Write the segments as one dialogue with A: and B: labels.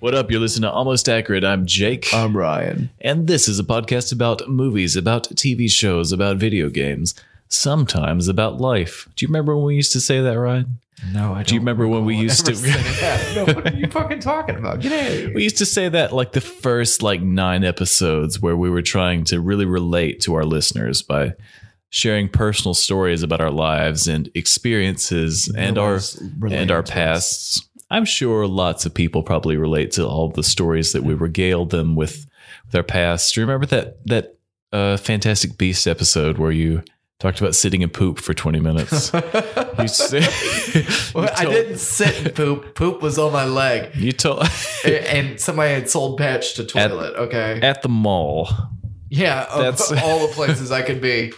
A: What up? You're listening to Almost Accurate. I'm Jake.
B: I'm Ryan.
A: and this is a podcast about movies, about TV shows, about video games, sometimes about life. Do you remember when we used to say that, Ryan?
B: No, I
A: Do you remember when we used to
B: no, what are you fucking talking about? Get out of here.
A: We used to say that like the first like 9 episodes where we were trying to really relate to our listeners by sharing personal stories about our lives and experiences and
B: No
A: our
B: one's relating
A: and our
B: to us.
A: pasts. I'm sure lots of people probably relate to all the stories that we regaled them with with our past. Do you remember that that uh, Fantastic Beast episode where you talked about sitting in poop for 20 minutes? you, s- you
B: Well, I
A: told-
B: didn't sit and poop. Poop was on my leg.
A: You told
B: And somebody had sold patch to toilet. okay.
A: at the mall.
B: yeah. Of
A: that's-
B: all the places I could be.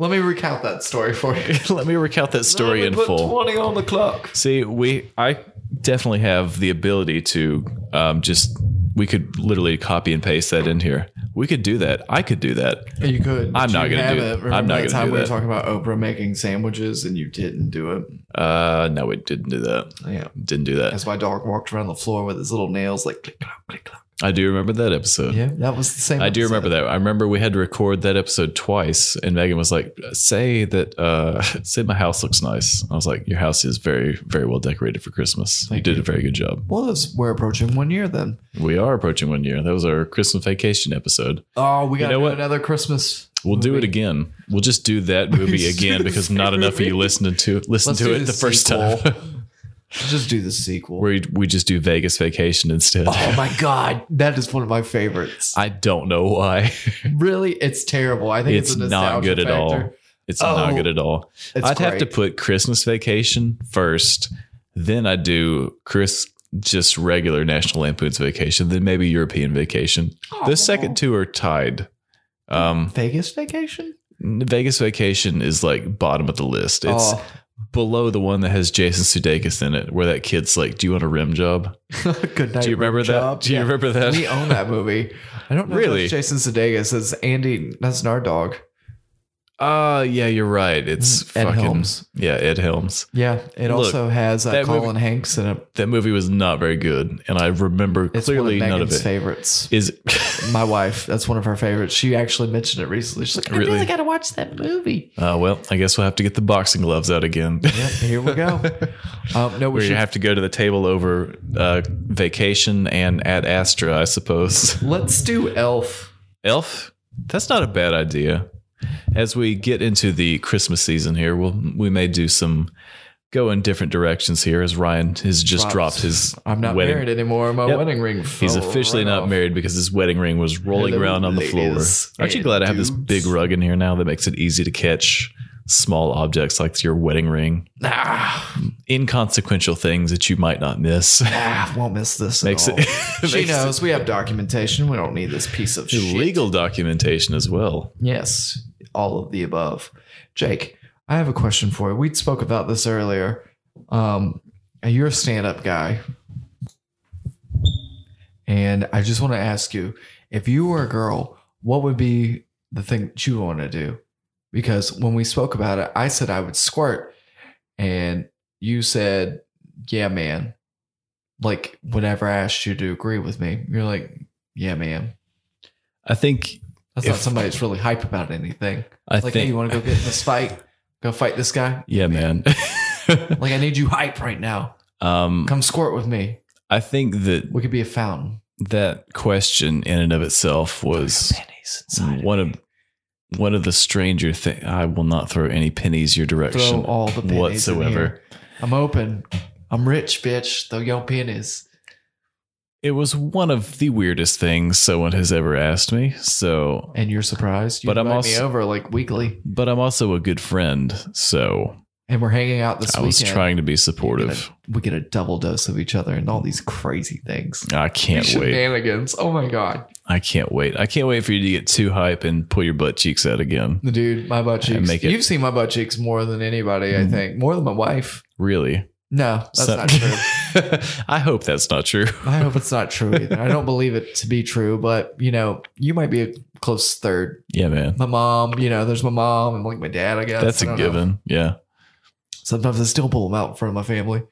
B: Let me recount that story for you.
A: Let me recount that story
B: Let me
A: in
B: put
A: full.
B: 20 on the clock.
A: See, we I definitely have the ability to um, just we could literally copy and paste that in here. We could do that. I could do that.
B: You could. but
A: I'm not
B: you
A: gonna do it.
B: haven't.
A: I'm
B: Remember
A: not
B: that
A: gonna
B: time
A: do
B: we
A: that.
B: were talking about Oprah making sandwiches and you didn't do it.
A: Uh, no, it didn't do that.
B: Yeah.
A: Didn't do that.
B: As my dog walked around the floor with his little nails, like click clock, click clock.
A: I do remember that episode.
B: Yeah, that was the same.
A: I do
B: episode.
A: remember that. I remember we had to record that episode twice, and Megan was like, "Say that, uh, say my house looks nice." I was like, "Your house is very, very well decorated for Christmas. you did a very good job."
B: Well, that's, we're approaching one year then.
A: We are approaching one year. That was our Christmas vacation episode.
B: Oh, we got
A: know
B: to do
A: what?
B: another Christmas.
A: We'll do it again. We'll just do that movie
B: Just
A: again
B: do the
A: because
B: same
A: not enough of you
B: movie.
A: listened to listen
B: Let's
A: to
B: do
A: it
B: the
A: the first
B: sequel.
A: time.
B: Let's just do the sequel.
A: Where we just do Vegas Vacation instead.
B: oh my god, that is one of my favorites.
A: I don't know why.
B: really, it's terrible. I think it's,
A: It's
B: a
A: not
B: nostalgia
A: good at all.
B: factor.
A: It's not
B: Oh,
A: good at all.
B: It's
A: I'd have to
B: great.
A: put Christmas Vacation first, then I do Chris just regular National Lampoon's Vacation, then maybe European Vacation. The second two are tied. Um,
B: Vegas vacation.
A: Vegas Vacation is like bottom of the list. It's
B: Oh.
A: below the one that has Jason Sudeikis in it, where that kid's like, "Do you want a rim job?"
B: good night.
A: Do you remember
B: rim job.
A: that? Do you
B: Yeah.
A: remember that?
B: We own that movie. I don't know if
A: Really?
B: that's Jason Sudeikis. That's Andy. That's our dog.
A: Uh yeah, you're right. It's
B: Mm-hmm. Ed
A: fucking
B: Helms.
A: yeah, Ed Helms.
B: Yeah. It
A: Look,
B: also has uh,
A: that movie-
B: Colin Hanks in it.
A: That movie was not very good, and I remember
B: It's
A: clearly
B: one of
A: none of
B: Megan's
A: it.
B: favorites.
A: Is
B: My wife, that's one of her favorites. She actually mentioned it recently. She's like, I
A: Really?
B: really got to watch that movie.
A: uh, well, I guess we'll have to get the boxing gloves out again.
B: Yep, here we go. um, no, we
A: We're
B: should
A: gonna have to go to the table over uh, vacation and at Astra, I suppose.
B: let's do Elf.
A: Elf, that's not a bad idea. As we get into the Christmas season here, we'll we may do some go in different directions here. As Ryan has just
B: Drops.
A: dropped his
B: I'm not
A: wedding.
B: married anymore. My
A: Yep.
B: wedding ring.
A: He's
B: fell
A: officially
B: right
A: not
B: off.
A: married because his wedding ring was rolling
B: Hello,
A: around on the floor.
B: ladies
A: Aren't you
B: and
A: glad I have this
B: dudes.
A: big rug in here now that makes it easy to catch small objects like your wedding ring?
B: Ah,
A: Inconsequential things that you might not miss.
B: ah, won't miss this.
A: Makes
B: Makes
A: it-
B: It, she
A: makes it-
B: knows we have documentation. We don't need this piece of shit.
A: Legal documentation as well.
B: Yes, all of the above. Jake, I have a question for you. We spoke about this earlier. Um, and you're a stand-up guy, and I just want to ask you: if you were a girl, what would be the thing that you want to do? Because when we spoke about it, I said I would squirt, and you said, "Yeah, man." Like whenever I asked you to agree with me, you're like, "Yeah, man."
A: I think.
B: That's
A: If-
B: not somebody that's really hype about anything.
A: I
B: like,
A: think.
B: hey, you want to go get in this fight? Go fight this guy?
A: yeah, man.
B: Like, I need you hype right now.
A: um,
B: Come squirt with me.
A: I think that
B: We could be a fountain.
A: that question in and of itself was
B: pennies inside of
A: one
B: me.
A: of one of the stranger thing. I will not throw any pennies your
B: throw
A: direction
B: all the pennies in
A: whatsoever.
B: here. I'm open. I'm rich, bitch. Throw your pennies.
A: It was one of the weirdest things someone has ever asked me. So,
B: And you're surprised. You
A: But I'm
B: invite me
A: also-
B: over like weekly,
A: but I'm also a good friend, so
B: and we're hanging out this
A: I
B: weekend.
A: was trying to be
B: We get a-
A: supportive.
B: we get a double dose of each other and all these crazy things.
A: I can't wait.
B: Shenanigans. Oh my god.
A: I can't wait. I can't wait for you to get too hype and pull your butt cheeks out again.
B: Dude, my butt
A: And
B: cheeks.
A: make it-
B: You've seen my butt cheeks more than anybody, I
A: Mm.
B: think. More than my wife.
A: Really?
B: No, that's
A: So-
B: not true.
A: I hope that's not true.
B: I hope it's not true either. I don't believe it to be true, but you know, you might be a close third.
A: Yeah, man.
B: My mom, you know, there's my mom and like my dad, I guess.
A: That's
B: I
A: a
B: don't know.
A: given. Yeah.
B: Sometimes I still pull them out in front of my family.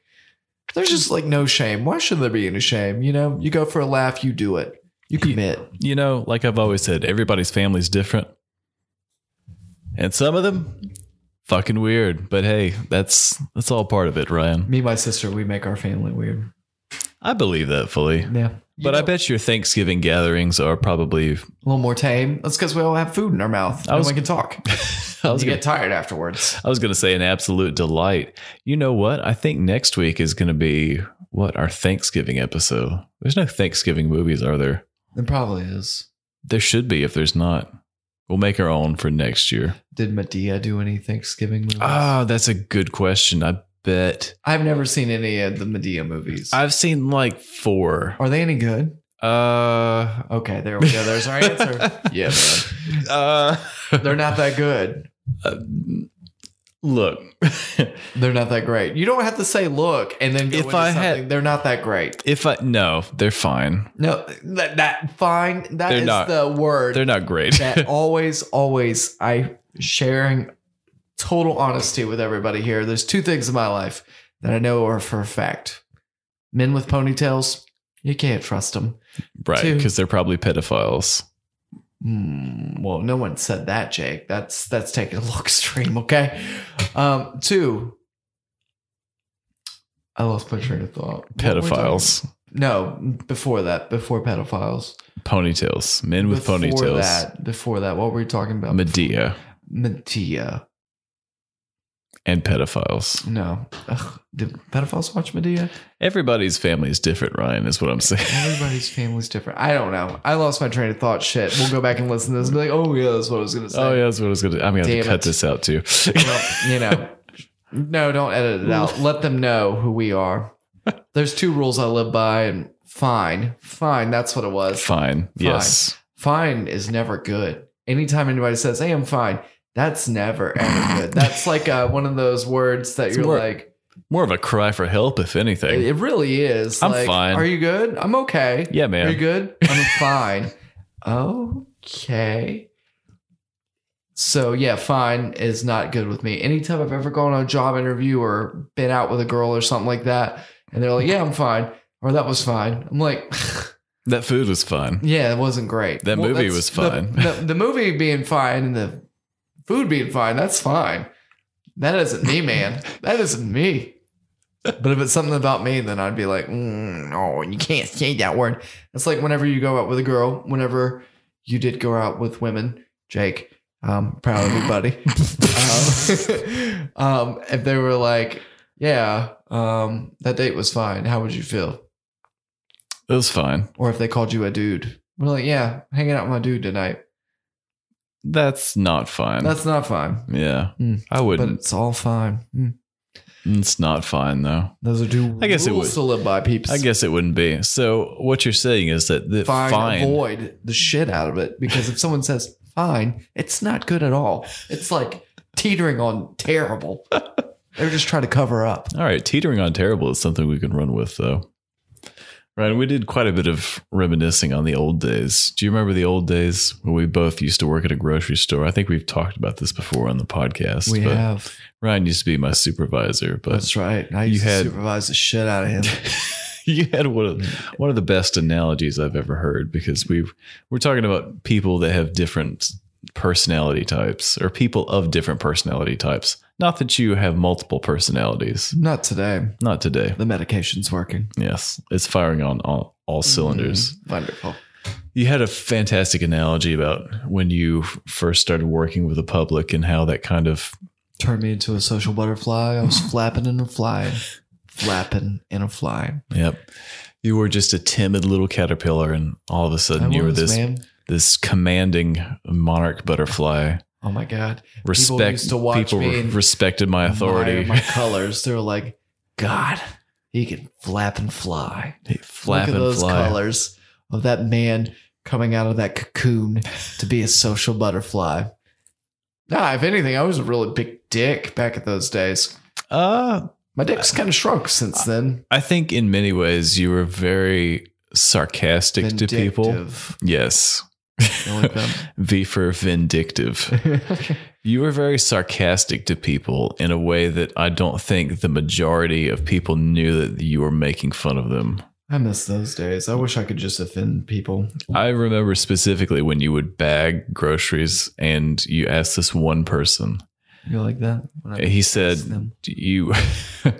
B: There's just like no shame. Why should there be any shame? You know, you go for a laugh, you do it. You commit.
A: You know, like I've always said, everybody's family's different. And some of them fucking weird. But hey, that's that's all part of it, Ryan.
B: Me and my sister, we make our family weird.
A: I believe that fully.
B: Yeah.
A: But I bet your Thanksgiving gatherings are probably
B: a little more tame. That's because we all have food in our mouth.
A: I
B: and
A: was-
B: we can talk.
A: I was
B: you
A: gonna,
B: get tired afterwards.
A: I was gonna say an absolute delight. You know what? I think next week is gonna be what, our Thanksgiving episode. There's no Thanksgiving movies, are there?
B: It probably is.
A: There should be if there's not. We'll make our own for next year.
B: Did Medea do any Thanksgiving movies?
A: Ah, that's a good question. I bet.
B: I've never seen any of the Medea movies.
A: I've seen like four.
B: Are they any good?
A: Uh,
B: Okay, there we go. There's our answer. yeah, man.
A: Uh,
B: They're not that good.
A: look,
B: They're not that great. You don't have to say look and then go
A: If
B: if into
A: I
B: something.
A: had-
B: They're not that great.
A: if I no, they're fine.
B: No, that, that fine. That
A: They're
B: is
A: not-
B: the word
A: They're not great.
B: that always, always I sharing total honesty with everybody here. There's two things in my life that I know are for a fact. Men with ponytails, you can't trust them.
A: right,
B: too.
A: because they're probably pedophiles.
B: Hmm, well, no one said that, Jake. That's that's taking a little extreme, okay? Um, two. I lost my train of thought. What were we talking-
A: Pedophiles.
B: No, before that, before pedophiles.
A: Ponytails. Men with
B: before
A: ponytails.
B: That, before that, what were we talking about?
A: Medea
B: Medea.
A: and pedophiles.
B: No. Ugh, did pedophiles watch Medea?
A: Everybody's family is different, Ryan, is what I'm saying.
B: Everybody's family's different. I don't know. I lost my train of thought. Shit. We'll go back and listen to this and be like, oh, yeah, that's what I was going to say.
A: Oh yeah, that's what I was gonna. I'm gonna have
B: Damn
A: to cut
B: it.
A: this out too.
B: Well, you know, no, don't edit it out. Let them know who we are. There's two rules I live by, and fine, fine, that's what it was. Fine,
A: Fine. Yes.
B: is never good. Anytime anybody says, hey, I'm fine, that's never ever good. That's like uh, one of those words that
A: It's
B: you're
A: more-
B: like,
A: More of a cry for help, if anything.
B: it, it really is.
A: I'm
B: like,
A: fine.
B: Are you good? I'm okay.
A: yeah,
B: Are
A: man.
B: you good? I'm fine. okay. So yeah, fine is not good with me. Anytime I've ever gone on a job interview or been out with a girl or something like that, and they're like, "Yeah, I'm fine," or "That was fine," I'm like,
A: That food was fun.
B: "Yeah, it wasn't great."
A: That movie
B: that's-
A: was
B: the-
A: fine.
B: The, the movie being fine and the food being fine—that's fine. That isn't me, man. That isn't me. But if it's something about me, then I'd be like, mm, no, you can't say that word. It's like whenever you go out with a girl, whenever you did go out with women, Jake, um, proud of you, buddy. um, um, if they were like, yeah, um, that date was fine, how would you feel?
A: It was fine.
B: Or if they called you a dude, we're like, yeah, hanging out with my dude tonight.
A: That's not fine.
B: That's not fine,
A: yeah.
B: Mm.
A: I
B: but
A: wouldn't.
B: it's all fine. Mm.
A: It's not fine though.
B: Those are two
A: I guess it
B: rules
A: would-
B: to live by, peeps.
A: I guess it wouldn't be. So what you're saying is that the
B: fine,
A: fine,
B: avoid the shit out of it because if someone says fine, it's not good at all. It's like teetering on terrible. They're just trying to cover up.
A: All right, teetering on terrible is something we can run with though. Right, we did quite a bit of reminiscing on the old days. Do you remember the old days when we both used to work at a grocery store? I think we've talked about this before on the podcast.
B: We
A: but
B: have.
A: Ryan used to be my supervisor, but
B: That's right. I
A: you
B: used
A: had-
B: to supervise the shit out of him.
A: you had one of one of the best analogies I've ever heard because we we're talking about people that have different personality types or people of different personality types. Not that you have multiple personalities.
B: Not today.
A: Not today.
B: The medication's working.
A: Yes, it's firing on all, all cylinders.
B: Mm, wonderful.
A: You had a fantastic analogy about when you f- first started working with the public and how that kind of
B: Turned me into a social butterfly. I was flapping and flying, flapping and flying.
A: Yep. You were just a timid little caterpillar, and all of a sudden
B: I
A: you were
B: was,
A: this
B: man.
A: this commanding monarch butterfly.
B: Oh my god!
A: Respect
B: used to watch
A: people
B: me
A: re-
B: and
A: respected my authority.
B: Admire My colors. They were like, God, he can flap and fly.
A: Hey, flap
B: Look at
A: and
B: those
A: fly.
B: colors of that man coming out of that cocoon to be a social butterfly. Nah, if anything, I was a really big dick back in those days.
A: Uh,
B: My dick's kind of shrunk since then.
A: I think in many ways you were very sarcastic to people.
B: Vindictive.
A: Yes.
B: Something like that.
A: V for vindictive. You were very sarcastic to people in a way that I don't think the majority of people knew that you were making fun of them.
B: I miss those days. I wish I could just offend people.
A: I remember specifically when you would bag groceries and you asked this one person.
B: You like that? When I
A: He
B: kiss
A: said,
B: them.
A: "Do You.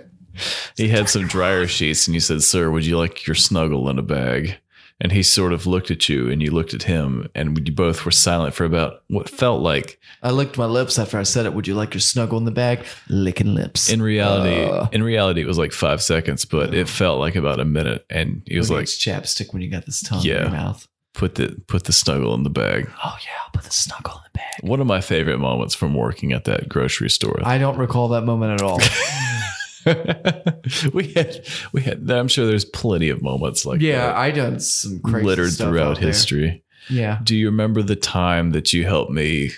A: he had some dryer sheets and you said, Sir, would you like your snuggle in a bag? And he sort of looked at you and you looked at him and you both were silent for about what felt like
B: I licked my lips after I said it. Would you like your snuggle in the bag? Licking lips.
A: In reality,
B: Uh,
A: in reality, it was like five seconds, but it felt like about a minute. And he was
B: who
A: like,
B: needs chapstick when you got this tongue in
A: Yeah.
B: your mouth.
A: "Put the put the snuggle in the bag."
B: Oh yeah, I'll put the snuggle in the bag.
A: One of my favorite moments from working at that grocery store.
B: I don't recall that moment at all.
A: we had we had. I'm sure there's plenty of moments like
B: yeah,
A: that
B: I done some crazy
A: littered
B: stuff out
A: throughout
B: there.
A: history.
B: Yeah,
A: Do you remember the time that you helped me?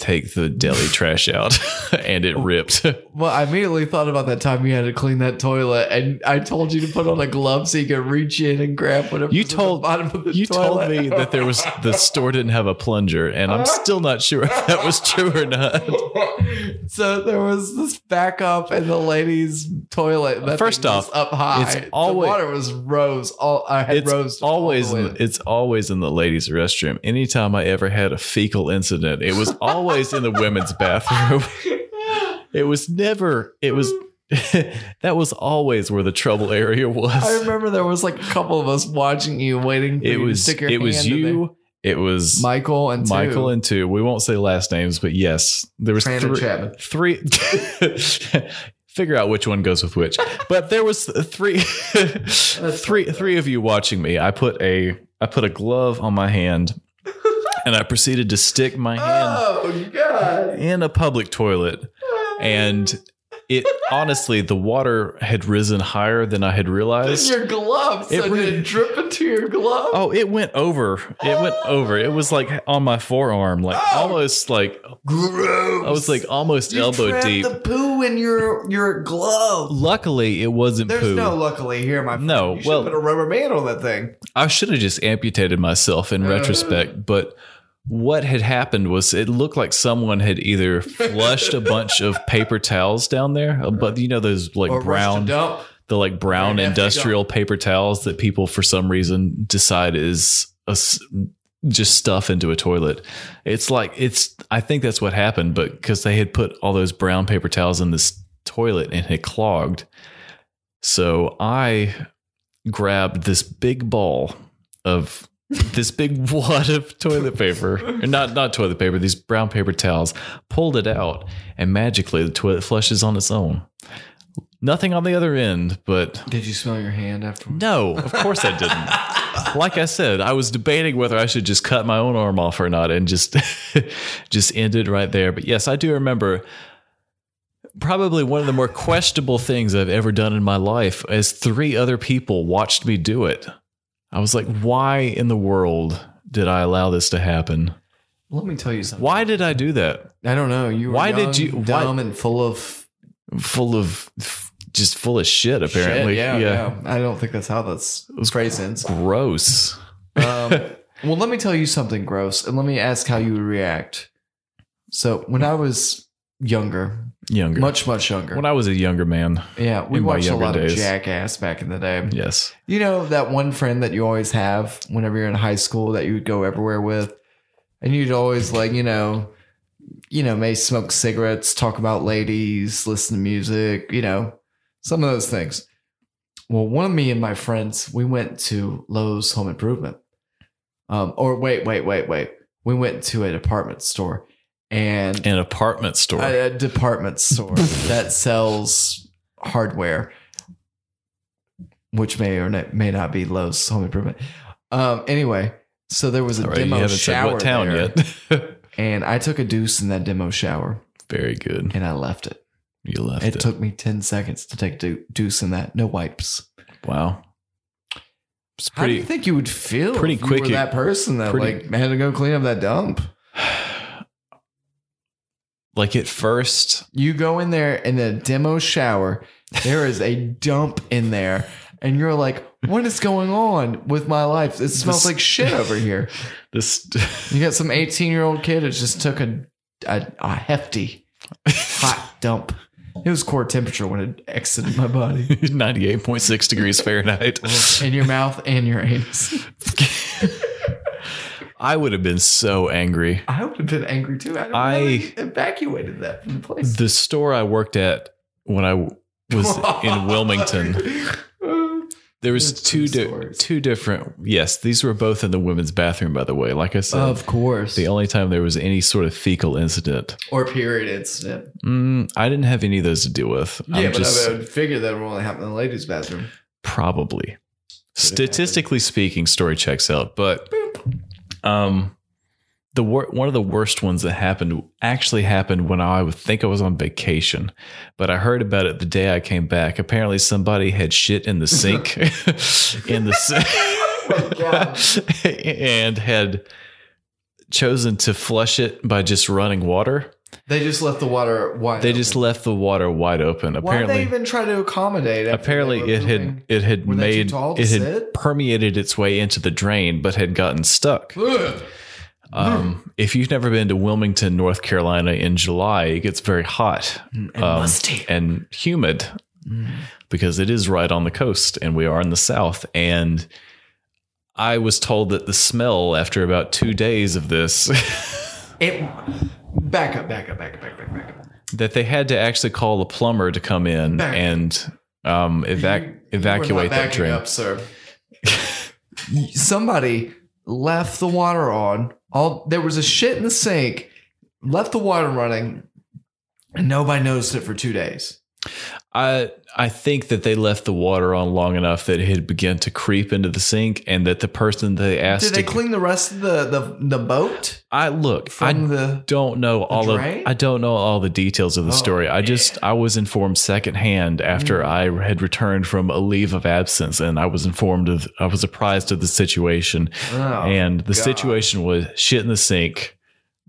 A: Take the deli trash out, and it ripped.
B: well, I immediately thought about that time you had to clean that toilet, and I told you to put on a glove so you could reach in and grab whatever.
A: You told-
B: the bottom of the
A: You told
B: toilet.
A: me that there was the store didn't have a plunger, and I'm still not sure if that was true or not.
B: so there was this backup in the ladies' toilet. That
A: First
B: thing was
A: off,
B: up high,
A: it's
B: The
A: always-
B: water was rose. All I had
A: it's
B: rose all the
A: always
B: way
A: in,
B: to-
A: it's always in the ladies' restroom. Anytime I ever had a fecal incident, it was always in the women's bathroom. It was never. It was that was always where the trouble area
B: Mm. I
A: was.
B: remember there was like a couple of us watching you, waiting. For
A: It
B: you to
A: was.
B: stick your
A: It was
B: hand in there.
A: you. It was
B: Michael and
A: Michael
B: two.
A: and two. We won't say last names, but yes, there was
B: Tran and Chapman.
A: three. Three. figure out which one goes with which. But there was three, three, three of you watching me. I put a, I put a glove on my hand, and I proceeded to stick my hand
B: Oh God!
A: in a public toilet, and it honestly, the water had risen higher than I had realized.
B: your gloves.
A: It
B: so did
A: really-
B: it drip into your glove?
A: Oh, it went over. It went over. It was like on my forearm, like
B: Oh.
A: almost like
B: gross!
A: I was like almost
B: You
A: elbow
B: trapped
A: deep.
B: The poo in your your glove.
A: Luckily, it wasn't
B: There's
A: poo.
B: no luckily here, my friend.
A: No,
B: You should
A: well-
B: put a rubber band on that thing.
A: I should have just amputated myself in
B: Uh.
A: retrospect, but what had happened was it looked like someone had either flushed a bunch of paper towels down there, uh, but you know those like
B: or
A: brown,
B: Rush to dump.
A: the like brown
B: Right, hefty
A: industrial paper towels that people for some reason decide is a s just stuff into a toilet. It's like it's. I think that's what happened, but because they had put all those brown paper towels in this toilet and it clogged, so I grabbed this big ball of this big wad of toilet paper, or not not toilet paper, these brown paper towels, pulled it out, and magically the toilet flushes on its own. Nothing on the other end, but
B: Did you smell your hand afterwards?
A: no, of course I didn't. like I said, I was debating whether I should just cut my own arm off or not and just just end it right there. But yes, I do remember probably one of the more questionable things I've ever done in my life as three other people watched me do it. I was like, why in the world did I allow this to happen?
B: Let me tell you something.
A: Why did I do that?
B: I don't know. You were
A: Why
B: young,
A: did you- why-
B: dumb and full of
A: Full of just full of shit apparently.
B: shit. Yeah, yeah, I don't think that's how that's phrase ends.
A: Gross.
B: Um, well, let me tell you something gross, and let me ask how you would react. So, when I was younger,
A: Younger.
B: much much younger,
A: when I was a younger man.
B: yeah, we
A: in my
B: watched a
A: younger
B: lot
A: days.
B: of Jackass back in the day.
A: Yes.
B: You know that one friend that you always have whenever you're in high school that you would go everywhere with. and you'd always like you know, you know, may smoke cigarettes, talk about ladies, listen to music, you know, some of those things. Well, one of me and my friends, we went to Lowe's Home Improvement. Um, or wait, wait, wait, wait. We went to a department store and
A: An apartment store.
B: a, a department store that sells hardware, which may or not, may not be Lowe's Home Improvement. Um, anyway, so there was a
A: All right, you
B: demo
A: haven't said
B: shower
A: what town
B: there,
A: yet.
B: and I took a deuce in that demo shower,
A: Very good.
B: and I left it.
A: You left
B: it
A: it.
B: took me ten seconds to take deu- deuce in that. No wipes.
A: wow. It's
B: How do
A: pretty.
B: you think you would feel?
A: pretty
B: if you
A: quick
B: were
A: you-
B: that person that
A: pretty-
B: like had to go clean up that dump.
A: like at first,
B: You go in there in a demo shower. There is a dump in there, and you're like, "What is going on with my life? It smells
A: This-
B: like shit over here."
A: this
B: You got some 18 year old kid that just took a, a a hefty hot dump. It was core temperature when it exited my body,
A: 98.6 degrees Fahrenheit.
B: in your mouth and your anus.
A: I would have been so angry.
B: I would have been angry too. I,
A: I-
B: I evacuated that from the place.
A: The store I worked at when I w- was in Wilmington, there was
B: That's
A: two
B: some
A: di-
B: stories.
A: two different. Yes, these were both in the women's bathroom. By the way, like I said,
B: of course,
A: the only time there was any sort of fecal incident,
B: or period incident.
A: mm, I didn't have any of those to deal with.
B: Yeah,
A: I'm
B: but
A: just
B: I would figure that would only happen in the ladies' bathroom.
A: probably, statistically speaking, story checks out. But um, the wor- one of the worst ones that happened actually happened when I would think I was on vacation, but I heard about it the day I came back. Apparently, somebody had shit in the sink, in the
B: Oh
A: sink, and had chosen to flush it by just running water.
B: They just left the water wide.
A: They just
B: open.
A: left the water wide open.
B: Why did
A: Apparently,
B: they even try to accommodate? after
A: apparently
B: they were
A: it had
B: moving?
A: it had
B: Were they too
A: made
B: tall to
A: it had
B: sit?
A: permeated its way into the drain but had gotten stuck
B: Ugh.
A: um, if you've never been to wilmington north carolina in july it gets very hot
B: And
A: um,
B: musty.
A: and humid because it is right on the coast and we are in the south and i was told that the smell after about two days of this
B: It back up, back up, back up, back up, back up, back up.
A: that they had to actually call a plumber to come in
B: Back.
A: and um, evac-
B: You- you were not
A: evacuate that
B: backing
A: drain
B: up, sir. Somebody left the water on. All there was a shit in the sink. Left the water running, and nobody noticed it for two days.
A: I I think that they left the water on long enough that it had begun to creep into the sink, and that the person they asked
B: Did they
A: to
B: clean the rest of the the, the boat
A: I look, I
B: from the?
A: don't know all of
B: drain?
A: I don't know all the details of the
B: Oh,
A: story. I just I was informed secondhand after
B: Mm.
A: I had returned from a leave of absence, and I was informed of I was apprised of the situation,
B: Oh.
A: and the
B: God.
A: situation was shit in the sink,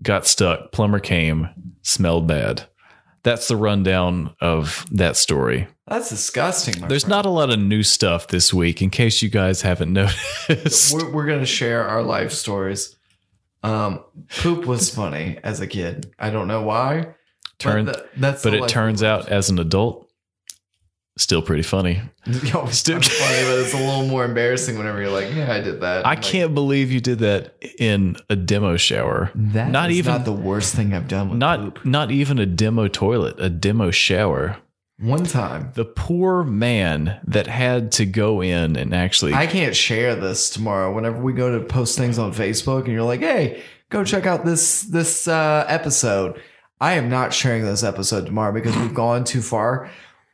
A: got stuck, plumber came, smelled bad. That's the rundown of that story.
B: That's disgusting. my
A: There's
B: friend.
A: not a lot of new stuff this week, in case you guys haven't noticed.
B: We're, we're gonna share our life stories. Um, poop was funny as a kid. I don't know why.
A: Turn-
B: but th- that's
A: but
B: the
A: it
B: life-
A: turns out, as an adult, still pretty funny.
B: Yo, it's
A: Still-
B: kinda funny, but it's a little more embarrassing whenever you're like, yeah, I did that.
A: I
B: I'm like,
A: can't believe you did that in a demo shower.
B: That
A: not
B: is
A: even-
B: not the worst thing I've done with
A: Not
B: poop.
A: not even a demo toilet, a demo shower.
B: One time,
A: The poor man that had to go in and actually
B: I can't share this tomorrow. Whenever we go to post things on Facebook, and you're like, hey, go check out this this uh, episode. I am not sharing this episode tomorrow because we've gone too far.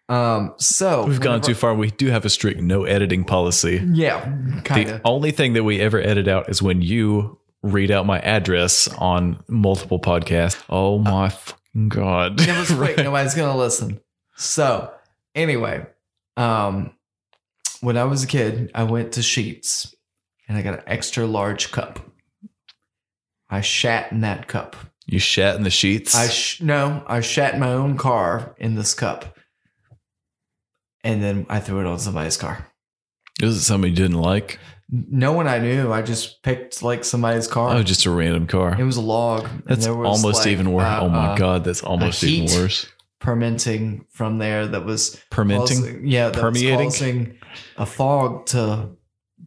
B: Um, so
A: we've gone
B: whenever-
A: too far. We do have a strict no editing policy.
B: Yeah, kind
A: The
B: of.
A: only thing that we ever edit out is when you read out my address on multiple podcasts. Oh my fucking god!
B: Uh, It was quick. Nobody's gonna listen. So anyway, um, when I was a kid, I went to Sheets and I got an extra large cup. I shat in that cup.
A: You shat in the sheets.
B: I sh- no, I shat in my own car in this cup, and then I threw it on somebody's car.
A: Is it something you didn't like?
B: No one I knew. I just picked like somebody's car.
A: Oh, just a random
B: it
A: car.
B: was a log. and
A: That's
B: there was,
A: almost
B: like,
A: even worse.
B: uh,
A: oh my
B: uh,
A: god, that's almost even
B: heat.
A: worse.
B: Fermenting from there that was
A: Permenting.
B: causing- yeah, that was
A: Permeating?
B: causing a fog to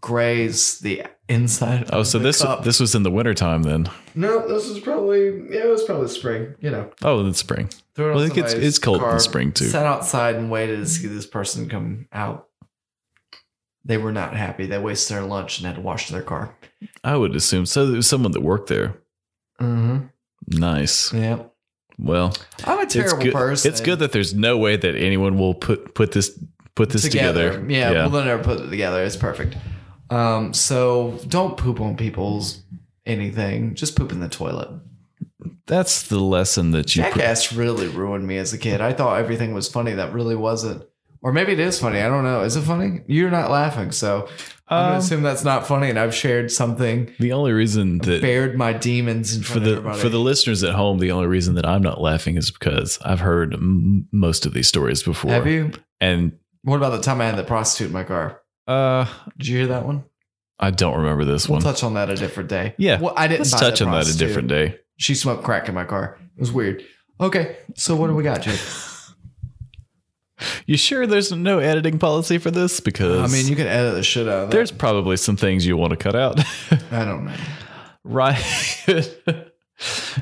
B: graze the inside.
A: Oh,
B: of
A: so
B: the
A: this
B: cup.
A: this was in the wintertime then.
B: no, this is probably yeah, it was probably spring. You know,
A: Oh, in spring.
B: throw it
A: Well,
B: on
A: I think it's-
B: somebody's
A: it's cold in
B: car,
A: spring, too.
B: Sat outside and waited to see this person come out. They were not happy. They wasted their lunch and had to wash their car.
A: I would assume. So it was someone that worked there.
B: Mm-hmm.
A: Nice.
B: Yeah,
A: Well,
B: I'm a
A: it's
B: terrible
A: good.
B: person.
A: It's good that there's no way that anyone will put put this put this together.
B: Yeah, well, they'll never put it together. It's perfect. Um, so don't poop on people's anything. Just poop in the toilet.
A: that's the lesson that you. pr-
B: Jackass really ruined me as a kid. I thought everything was funny. That really wasn't. Or maybe it is funny. I don't know. Is it funny? You're not laughing, so I'm gonna
A: Um,
B: assume that's not funny. And I've shared something,
A: the only reason that
B: bared my demons in
A: for
B: front
A: the
B: of everybody.
A: for the listeners at home, the only reason that I'm not laughing is because I've heard m- most of these stories before.
B: Have you?
A: And
B: What about the time I had the prostitute in my car?
A: uh,
B: Did you hear that one?
A: I don't remember this
B: We'll
A: one.
B: touch on that a different day.
A: Yeah.
B: well, I didn't
A: Let's
B: buy
A: touch
B: the
A: on that a
B: prostitute.
A: different day.
B: She smoked crack in my car. It was weird. Okay, so what do we got, Jake?
A: You sure there's no editing policy for this?
B: I
A: Because
B: mean, you can edit the shit out of that.
A: there's probably some things you want to cut out.
B: I don't know.
A: Ryan, how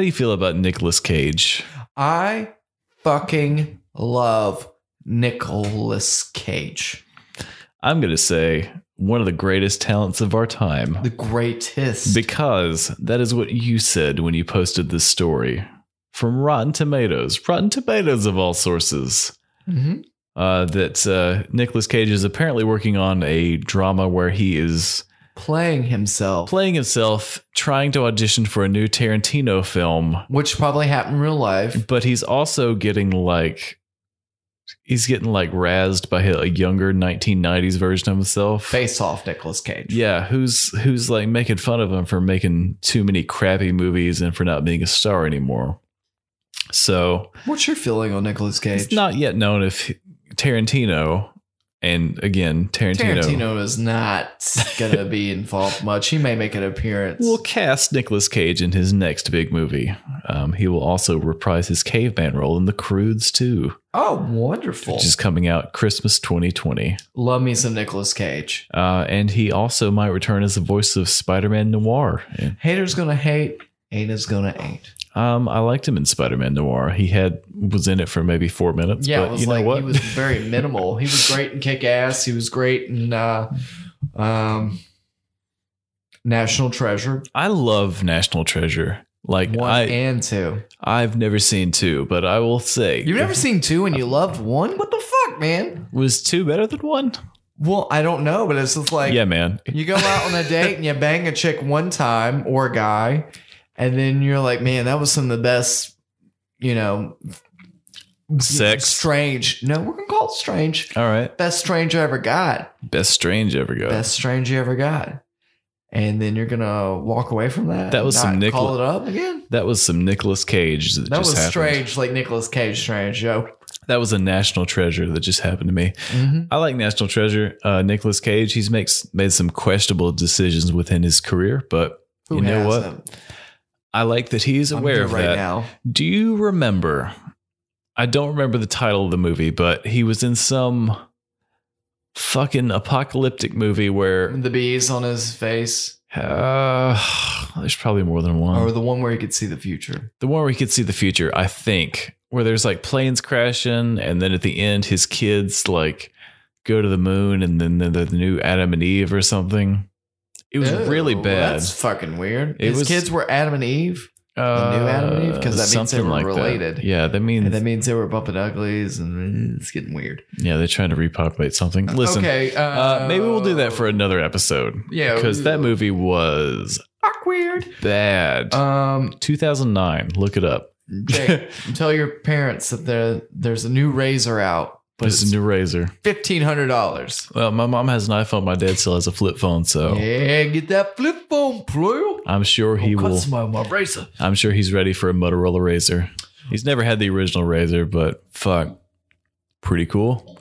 A: do you feel about Nicolas Cage?
B: I fucking love Nicolas Cage.
A: I'm going to say one of the greatest talents of our time
B: The greatest.
A: because that is what you said when you posted this story from Rotten Tomatoes, Rotten Tomatoes of all sources.
B: Mhm.
A: Uh, that uh, Nicolas Cage is apparently working on a drama where he is
B: Playing himself.
A: playing himself, trying to audition for a new Tarantino film,
B: which probably happened in real life.
A: but he's also getting like he's getting like razzed by a younger 1990s version of himself.
B: Face off Nicolas Cage.
A: Yeah, who's who's like making fun of him for making too many crappy movies and for not being a star anymore. So
B: What's your feeling on Nicolas Cage?
A: it's not yet known if Tarantino and again Tarantino,
B: Tarantino is not gonna be involved much. He may make an appearance.
A: will cast Nicolas Cage in his next big movie. Um, he will also reprise his caveman role in The Croods too,
B: oh, wonderful!
A: which is coming out Christmas 2020.
B: love me some Nicolas Cage.
A: Uh, and he also might return as the voice of Spider-Man Noir. And,
B: Haters gonna hate. Haters gonna hate.
A: um, I liked him in Spider-Man Noir. He had was in it for maybe four minutes.
B: yeah,
A: but
B: it was
A: you know
B: like
A: what?
B: he was very minimal. he was great in Kick Ass. He was great in uh, um, National Treasure
A: I love National Treasure. Like
B: one
A: I,
B: and two.
A: I've never seen two, but I will say
B: You've never seen two and you loved one. What the fuck, man?
A: was two better than one.
B: Well, I don't know, but it's just like
A: yeah, man.
B: you go out on a date and you bang a chick one time or a guy, and then you're like, man, that was some of the best, you know,
A: Sex.
B: strange. No, we're gonna call it strange.
A: All right.
B: Best strange I ever got.
A: Best strange ever go.
B: best strange you ever got. And then you're gonna walk away from that.
A: That
B: and
A: was some
B: not
A: Nicola-
B: Call it up again.
A: That was some Nicolas Cage. That,
B: That
A: just
B: was
A: happened.
B: strange, like Nicolas Cage strange, yo.
A: That was a national treasure that just happened to me.
B: Mhm.
A: I like National Treasure. Uh, Nicolas Cage. He's makes made some questionable decisions within his career, but
B: Who
A: you know what?
B: hasn't?
A: I like that he's
B: I'm
A: aware
B: here
A: of
B: right
A: that.
B: now.
A: Do you remember? I don't remember the title of the movie, but he was in some fucking apocalyptic movie where
B: The bees on his face,
A: uh, there's probably more than one.
B: or the one where he could see the future.
A: the one where he could see the future, I think, where there's like planes crashing, and then at the end, his kids like go to the moon, and then they're the new Adam and Eve or something. It was
B: Ew,
A: really bad.
B: Oh, That's fucking weird.
A: It
B: His
A: was-
B: kids were Adam and Eve, the new Adam and Eve? 'Cause that means they
A: something
B: were
A: like that.
B: related.
A: Yeah, that means
B: and that means they were bumping uglies, and it's getting weird.
A: yeah they're trying to repopulate something. Listen,
B: okay,
A: Uh, maybe we'll do that for another episode.
B: Yeah,
A: Because that
B: we-
A: movie was
B: awkward.
A: bad.
B: Um,
A: 2009. Look it up.
B: Jake, tell your parents that there there's a new razor out, but
A: It's
B: it's
A: a new razor.
B: fifteen hundred dollars.
A: Well, my mom has an iPhone. My dad still has a flip phone. So
B: Yeah, get that flip phone, Oh, bro.
A: I'm sure Oh. he will.
B: my, my razor.
A: I'm sure he's ready for a Motorola razor. He's never had the original razor, but fuck, pretty cool.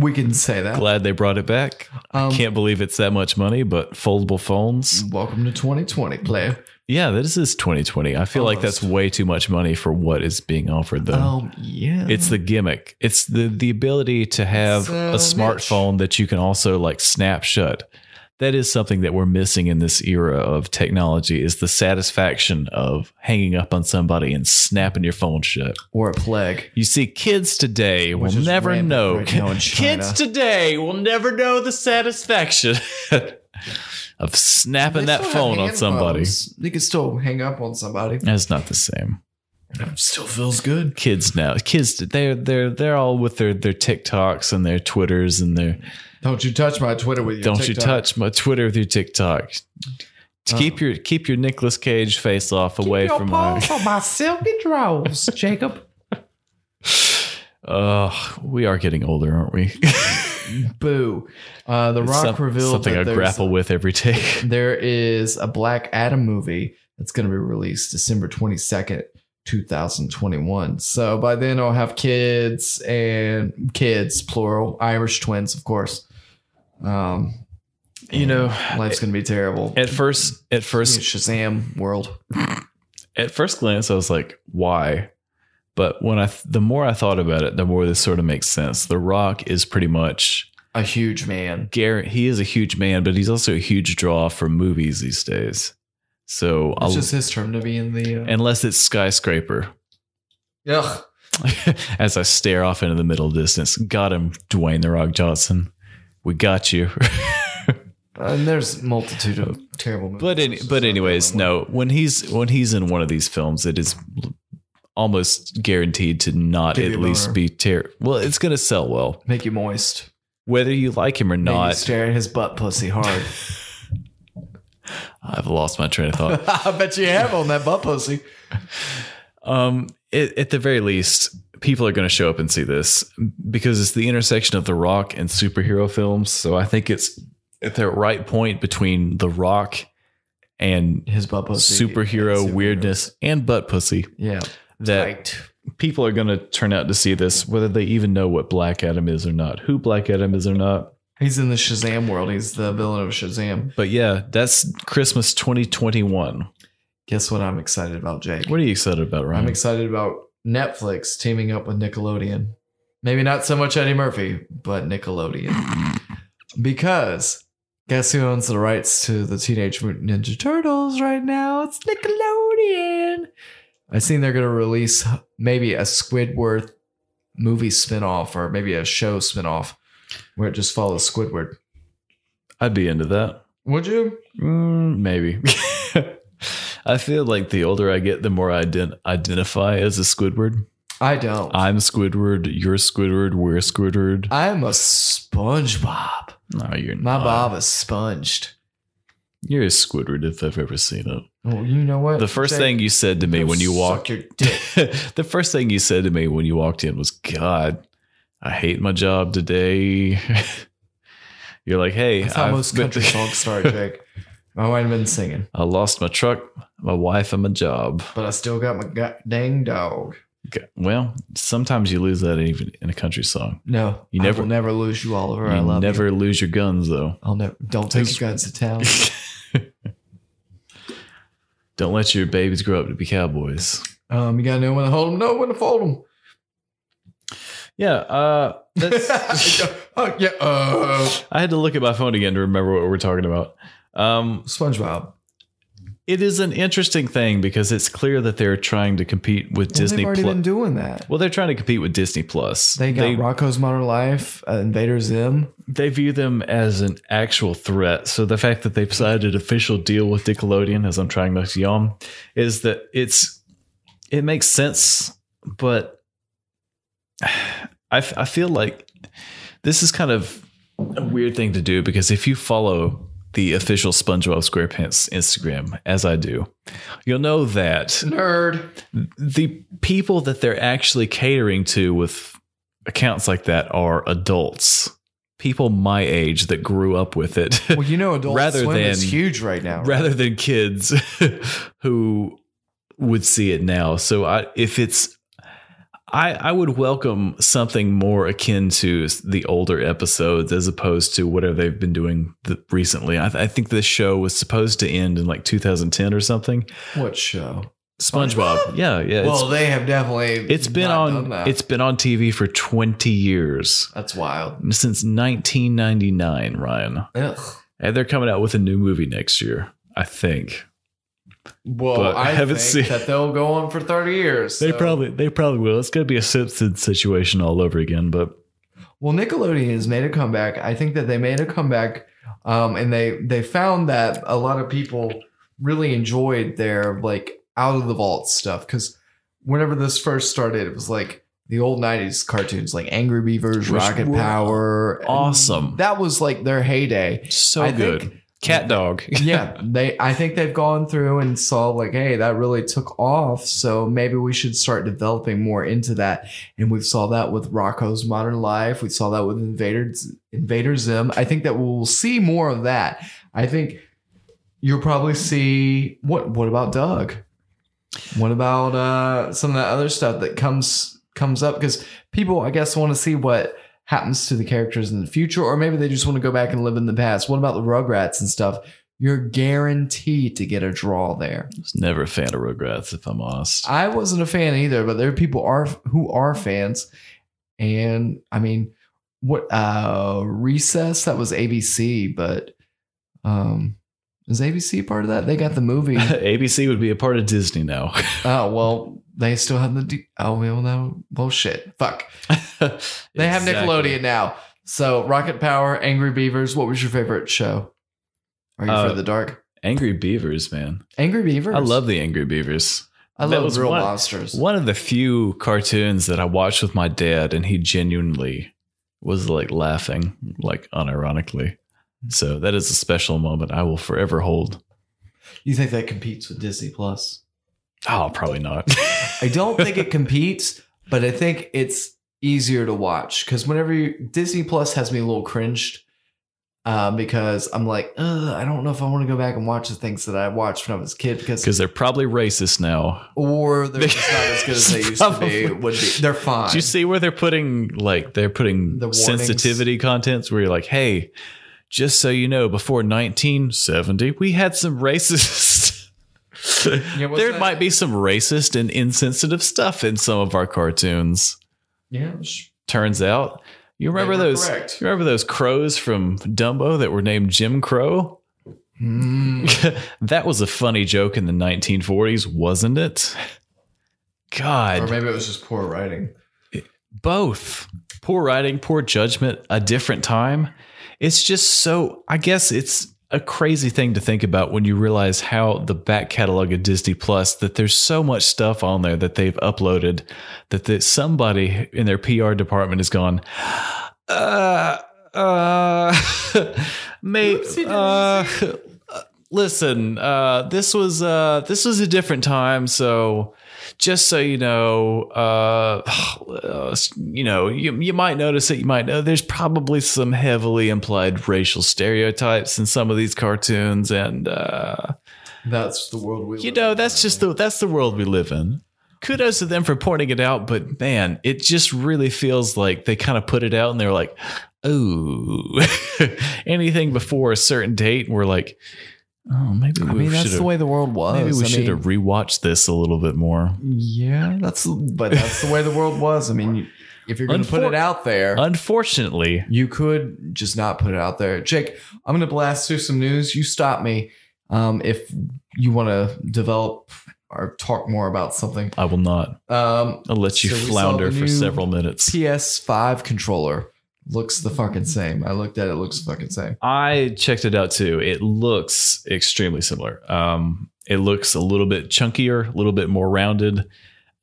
B: We can say that.
A: Glad they brought it back.
B: Um,
A: Can't believe it's that much money, but foldable phones.
B: welcome to 2020, player.
A: Yeah, this is 2020. I feel like that's way too much money for what is being offered, though.
B: Um, yeah,
A: Uh, It's the gimmick. It's the the ability to have
B: So
A: a
B: much.
A: smartphone that you can also like snap shut. that is something that we're missing in this era of technology is the satisfaction of hanging up on somebody and snapping your phone shut.
B: or a plague.
A: You see, kids today
B: Which
A: will
B: is
A: never
B: rampant
A: know.
B: right now in
A: kids
B: China.
A: today will never know the satisfaction of snapping
B: They
A: that
B: still have
A: phone on
B: hand
A: somebody.
B: phones. You can still hang up on somebody.
A: That's not the same.
B: Still feels good.
A: Kids now, kids, they're they're they're all with their their TikToks and their Twitters and their
B: Don't you touch my Twitter with your
A: don't you
B: TikTok. Uh-huh.
A: touch my Twitter with your TikTok. To Keep your keep your Nicolas Cage face off away from my.
B: on my silky drawers, Jacob.
A: Oh, we are getting older, aren't we?
B: Boo. Uh, the Rock
A: Some-
B: revealed
A: something
B: that
A: I
B: there's-
A: grapple with every day.
B: There is a Black Adam movie that's going to be released December 22nd, 2021. So by then I'll have kids and kids, plural, Irish twins, of course. Um,
A: You know,
B: life's going to be terrible.
A: At first, at first,
B: Shazam world.
A: at first glance, I was like, why? But when I, th- the more I thought about it, the more this sort of makes sense. The Rock is pretty much
B: A huge man.
A: Garrett. He is a huge man, but he's also a huge draw for movies these days. So,
B: It's
A: I'll-
B: just his term to be in the. Uh,
A: unless it's skyscraper,
B: ugh.
A: as I stare off into the middle distance, got him, Dwayne the Rock Johnson. We got you.
B: And there's multitude of terrible movies.
A: But any,
B: It's just
A: but
B: not
A: anyways,
B: the only one.
A: no. When he's when he's in one of these films, it is almost guaranteed to not
B: Give you
A: at
B: a
A: least
B: boner.
A: be ter- well. It's going to sell well,
B: Make you moist.
A: whether you like him or
B: Make you
A: not.
B: stare at his butt pussy hard.
A: I've lost my train of thought.
B: I bet you have on that butt pussy.
A: um, it, at the very least, people are going to show up and see this because it's the intersection of The Rock and superhero films. So I think it's at the right point between The Rock and
B: His butt pussy.
A: superhero
B: Superhero.
A: weirdness and butt pussy
B: Yeah.
A: that.
B: Tight.
A: people are going to turn out to see this, whether they even know what Black Adam is or not, who Black Adam is or not.
B: He's in the Shazam world. He's the villain of Shazam.
A: But yeah, that's Christmas 2021.
B: Guess what I'm excited about, Jake?
A: What are you excited about, Ryan?
B: I'm excited about Netflix teaming up with Nickelodeon. Maybe not so much Eddie Murphy, but Nickelodeon. Because guess who owns the rights to the Teenage Mutant Ninja Turtles right now? It's Nickelodeon. I seen they're going to release maybe a Squidward movie spinoff or maybe a show spinoff where it just follows Squidward.
A: I'd be into that.
B: Would you?
A: Mm, maybe. I feel like the older I get, the more I ident- identify as a Squidward.
B: I don't.
A: I'm Squidward. You're Squidward. We're Squidward.
B: I'm a SpongeBob.
A: No, you're
B: My
A: not.
B: Bob is sponged.
A: You're a Squidward if I've ever seen it.
B: Well, you know what?
A: The first
B: Jake?
A: thing you said to me
B: Go
A: when you
B: suck
A: walked
B: your dick.
A: the first thing you said to me when you walked in was, God, I hate my job today. You're like, hey,
B: That's how
A: I've
B: most
A: been-
B: country songs start, Jake. I might have been singing,
A: I lost my truck, my wife, and my job.
B: but I still got my god- dang dog.
A: G- Well, sometimes you lose that even in a country song.
B: No,
A: You
B: I
A: never-
B: will never lose you, Oliver. I
A: you
B: love
A: never
B: you.
A: lose your guns, though.
B: I'll never. Don't take
A: Who's-
B: your guns to town.
A: Don't let your babies grow up to be cowboys.
B: Um, you gotta know when to hold them, know when to fold them.
A: Yeah, uh, that's,
B: oh, yeah. Uh,
A: I had to look at my phone again to remember what we we're talking about. Um,
B: SpongeBob.
A: it is an interesting thing because it's clear that they're trying to compete with
B: Well,
A: Disney
B: They've already
A: Plu-
B: been doing that.
A: Well, they're trying to compete with Disney Plus.
B: They got Rocco's Modern Life, uh, Invader Zim.
A: they view them as an actual threat. So the fact that they've signed an official deal with Nickelodeon, as I'm trying not to yawn, is that it's it makes sense, but I, f- I feel like this is kind of a weird thing to do because if you follow the official SpongeBob SquarePants Instagram, as I do, you'll know that
B: Nerd.
A: the people that they're actually catering to with accounts like that are adults, people my age that grew up with it,
B: Well, you know, Adult
A: Rather
B: Swim is
A: than-
B: huge right now. right?
A: rather than kids who would see it now. So I, if it's, I, I would welcome something more akin to the older episodes as opposed to whatever they've been doing th- recently. I, I think this show was supposed to end in like 2010 or something.
B: What show?
A: SpongeBob, yeah, yeah. it's-
B: Oh, Well, they have definitely.
A: It's been
B: not
A: on
B: done that.
A: it's been on TV for 20 years.
B: that's wild.
A: Since 1999, Ryan.
B: Ugh.
A: And they're coming out with a new movie next year, I think.
B: Well,
A: But I
B: I,
A: haven't
B: think
A: seen-
B: that they'll go on for thirty years.
A: They
B: so-
A: probably they probably will. It's gonna be a Simpsons situation all over again, but
B: Well, Nickelodeon has made a comeback. I think that they made a comeback, um, and they they found that a lot of people really enjoyed their like out of the vault stuff because whenever this first started, it was like the old '90s cartoons, like Angry Beavers,
A: Which
B: Rocket
A: were
B: Power,
A: awesome.
B: That was like their heyday.
A: so
B: I
A: good.
B: think-
A: Cat dog.
B: yeah, they. I think they've gone through and saw like, hey, that really took off. So maybe we should start developing more into that. And we saw that with Rocco's Modern Life. We saw that with Invader Invader Zim. I think that we'll see more of that. I think you'll probably see what. What about Doug? What about uh, some of that other stuff that comes comes up? Because people, I guess, want to see what happens to the characters in the future, or maybe they just want to go back and live in the past. What about the Rugrats and stuff? You're guaranteed to get a draw there.
A: I was never a fan of Rugrats, if I'm honest.
B: I wasn't a fan either, but there are people are who are fans, and I mean, what uh Recess that was ABC, but um, is ABC part of that? They got the movie.
A: ABC would be a part of Disney now.
B: Oh well, they still have the. D- oh well, no. Well, shit. Fuck.
A: they
B: They have Nickelodeon now. So Rocket Power, Angry Beavers. What was your favorite show? Are you
A: Uh,
B: for the dark?
A: Angry Beavers, man.
B: Angry Beavers.
A: I love the Angry Beavers.
B: I
A: that
B: love
A: was
B: Real
A: one-
B: Monsters.
A: One of the few cartoons that I watched with my dad, and he genuinely was like laughing, like unironically. So that is a special moment I will forever hold.
B: You think that competes with Disney Plus?
A: Oh, probably not.
B: I don't think it competes, but I think it's easier to watch because whenever you, Disney Plus has me a little cringed. Uh, because I'm like, Ugh, I don't know if I want to go back and watch the things that I watched when I was a kid. Because
A: Because they're probably racist now.
B: or they're just not as good as they used to be.
A: Probably.
B: Would be they're fine.
A: Do you see where they're putting like they're putting
B: The warnings.
A: sensitivity contents where you're like, hey, just so you know, before 1970, we had some racist.
B: Yeah, what's
A: there
B: that?
A: might be some racist and insensitive stuff in some of our cartoons.
B: Yeah,
A: turns out you remember
B: were
A: those
B: correct.
A: you remember those crows from dumbo that were named jim crow
B: Mm.
A: that was a funny joke in the 1940s wasn't it
B: or
A: god
B: maybe it was just poor writing.
A: both poor writing poor judgment a different time it's just so i guess it's a crazy thing to think about when you realize how the back catalog of disney plus that there's so much stuff on there that they've uploaded that that somebody in their pr department has gone uh uh may
B: Whoopsie
A: uh listen uh this was uh this was a different time so just so you know, uh, uh, you know, you, you might notice it. You might know there's probably some heavily implied racial stereotypes in some of these cartoons, and uh,
B: That's the world we.
A: you
B: live
A: know
B: in.
A: that's just the that's the world we live in. Kudos to them for pointing it out, but man, it just really feels like they kind of put it out and they're like, oh, anything before a certain date, we're like, oh, maybe we
B: I mean, that's
A: should
B: the way the world was.
A: maybe we
B: I
A: should have
B: mean,
A: rewatched this a little bit more.
B: yeah, that's but that's the way the world was. I mean, you- if you're going to put
A: Unfor-
B: it out there,
A: Unfortunately,
B: you could just not put it out there. Jake, I'm going to blast through some news. You stop me um, if you want to develop or talk more about something.
A: I will not.
B: Um,
A: I'll let you
B: So we saw
A: flounder
B: the
A: for
B: new
A: several minutes.
B: PS5 controller looks the fucking same. I looked at it, looks the fucking same.
A: I checked it out too. It looks extremely similar. Um, it looks a little bit chunkier, a little bit more rounded.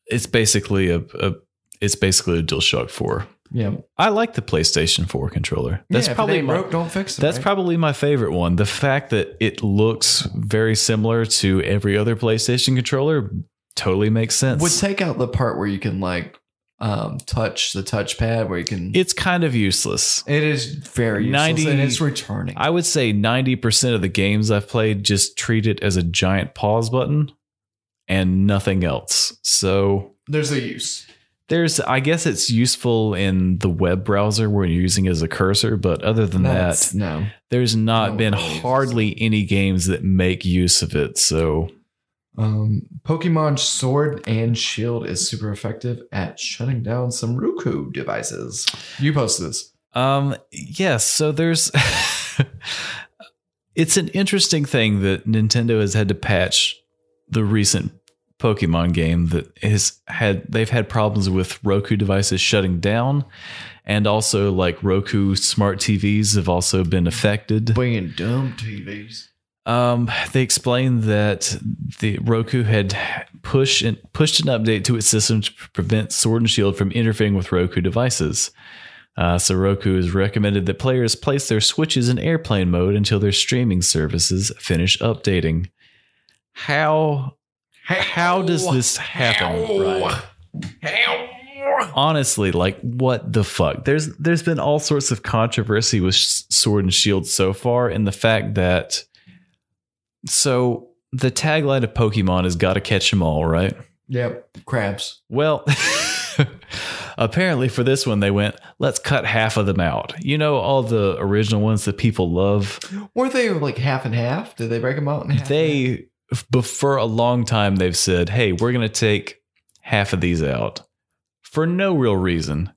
A: It's basically a, a it's basically a DualShock Four.
B: Yeah,
A: I like the PlayStation Four controller. That's
B: Yeah, if it
A: probably
B: ain't
A: my,
B: broke. Don't fix it.
A: that's
B: right?
A: probably my favorite one. The fact that it looks very similar to every other PlayStation controller totally makes sense.
B: would take out the part where you can like um touch the touchpad where you can
A: it's kind of useless.
B: it is very useless
A: 90
B: and it's returning
A: I would say 90% of the games I've played just treat it as a giant pause button and nothing else. So
B: there's a use
A: there's, I guess it's useful in the web browser where you're using it as a cursor, but other than
B: that's
A: that,
B: no
A: there's not
B: don't
A: been
B: really use it.
A: hardly any games that make use of it. So
B: um pokemon sword and shield is super effective at shutting down some roku devices you posted this
A: Um, yes. So there's, it's an interesting thing that Nintendo has had to patch the recent Pokemon game that has had they've had problems with Roku devices shutting down, and also like Roku smart TVs have also been affected.
B: Bringing dumb TVs.
A: Um, they explained that the Roku had push and pushed an update to its system to prevent Sword and Shield from interfering with Roku devices. Uh, so Roku has recommended that players place their switches in airplane mode until their streaming services finish updating. How how does this happen? Right? Honestly, like what the fuck? There's there's been all sorts of controversy with S- Sword and Shield so far, and the fact that so the tagline of Pokemon is "Gotta catch 'em all," right?
B: Yep. Crabs.
A: Well, apparently for this one they went, "Let's cut half of them out." You know, all the original ones that people love.
B: Were they like half and half? Did they break them out in half?
A: they but for a long time they've said hey we're going to take half of these out for no real reason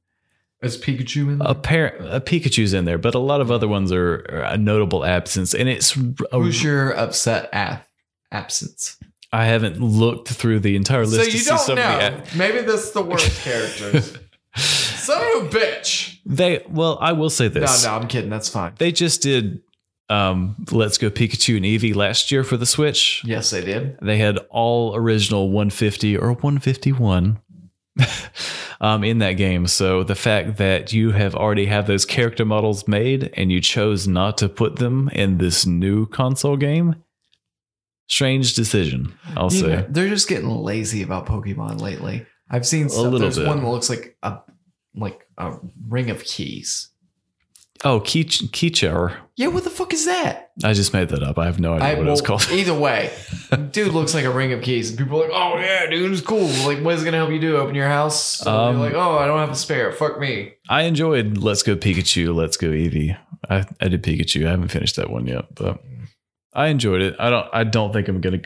B: Is Pikachu in there?
A: a pair a pikachu's in there but a lot of other ones are, are a notable absence and it's a-
B: Who's your upset af- absence?
A: i haven't looked through the entire list
B: So
A: to
B: you
A: see
B: don't
A: somebody
B: know. Maybe this is the worst characters. Son of a bitch.
A: they well i will say
B: No,
A: this
B: no, I'm kidding. That's fine.
A: they just did um let's go pikachu and eevee last year for the switch
B: Yes, they did.
A: They had all original 150 or 151 um, in that game. So the fact that you have already have those character models made and you chose not to put them in this new console game, strange decision. I'll
B: You
A: say.
B: know, they're just getting lazy about Pokemon lately. I've seen stuff.
A: little
B: There's
A: bit.
B: one that looks like a like a ring of keys.
A: Oh, Keech- Keecher.
B: Yeah, what the fuck is that?
A: I just made that up. I have no idea what it was
B: well,
A: called.
B: Either way, dude looks like a ring of keys, and people are like, "Oh yeah, dude, it's cool." Like, what is it gonna help you do? Open your house? So
A: Um,
B: you're like, "Oh, I don't have a spare. Fuck me."
A: I enjoyed Let's Go Pikachu, Let's Go Eevee. I, I did Pikachu. I haven't finished that one yet, but I enjoyed it. I don't I don't think I'm gonna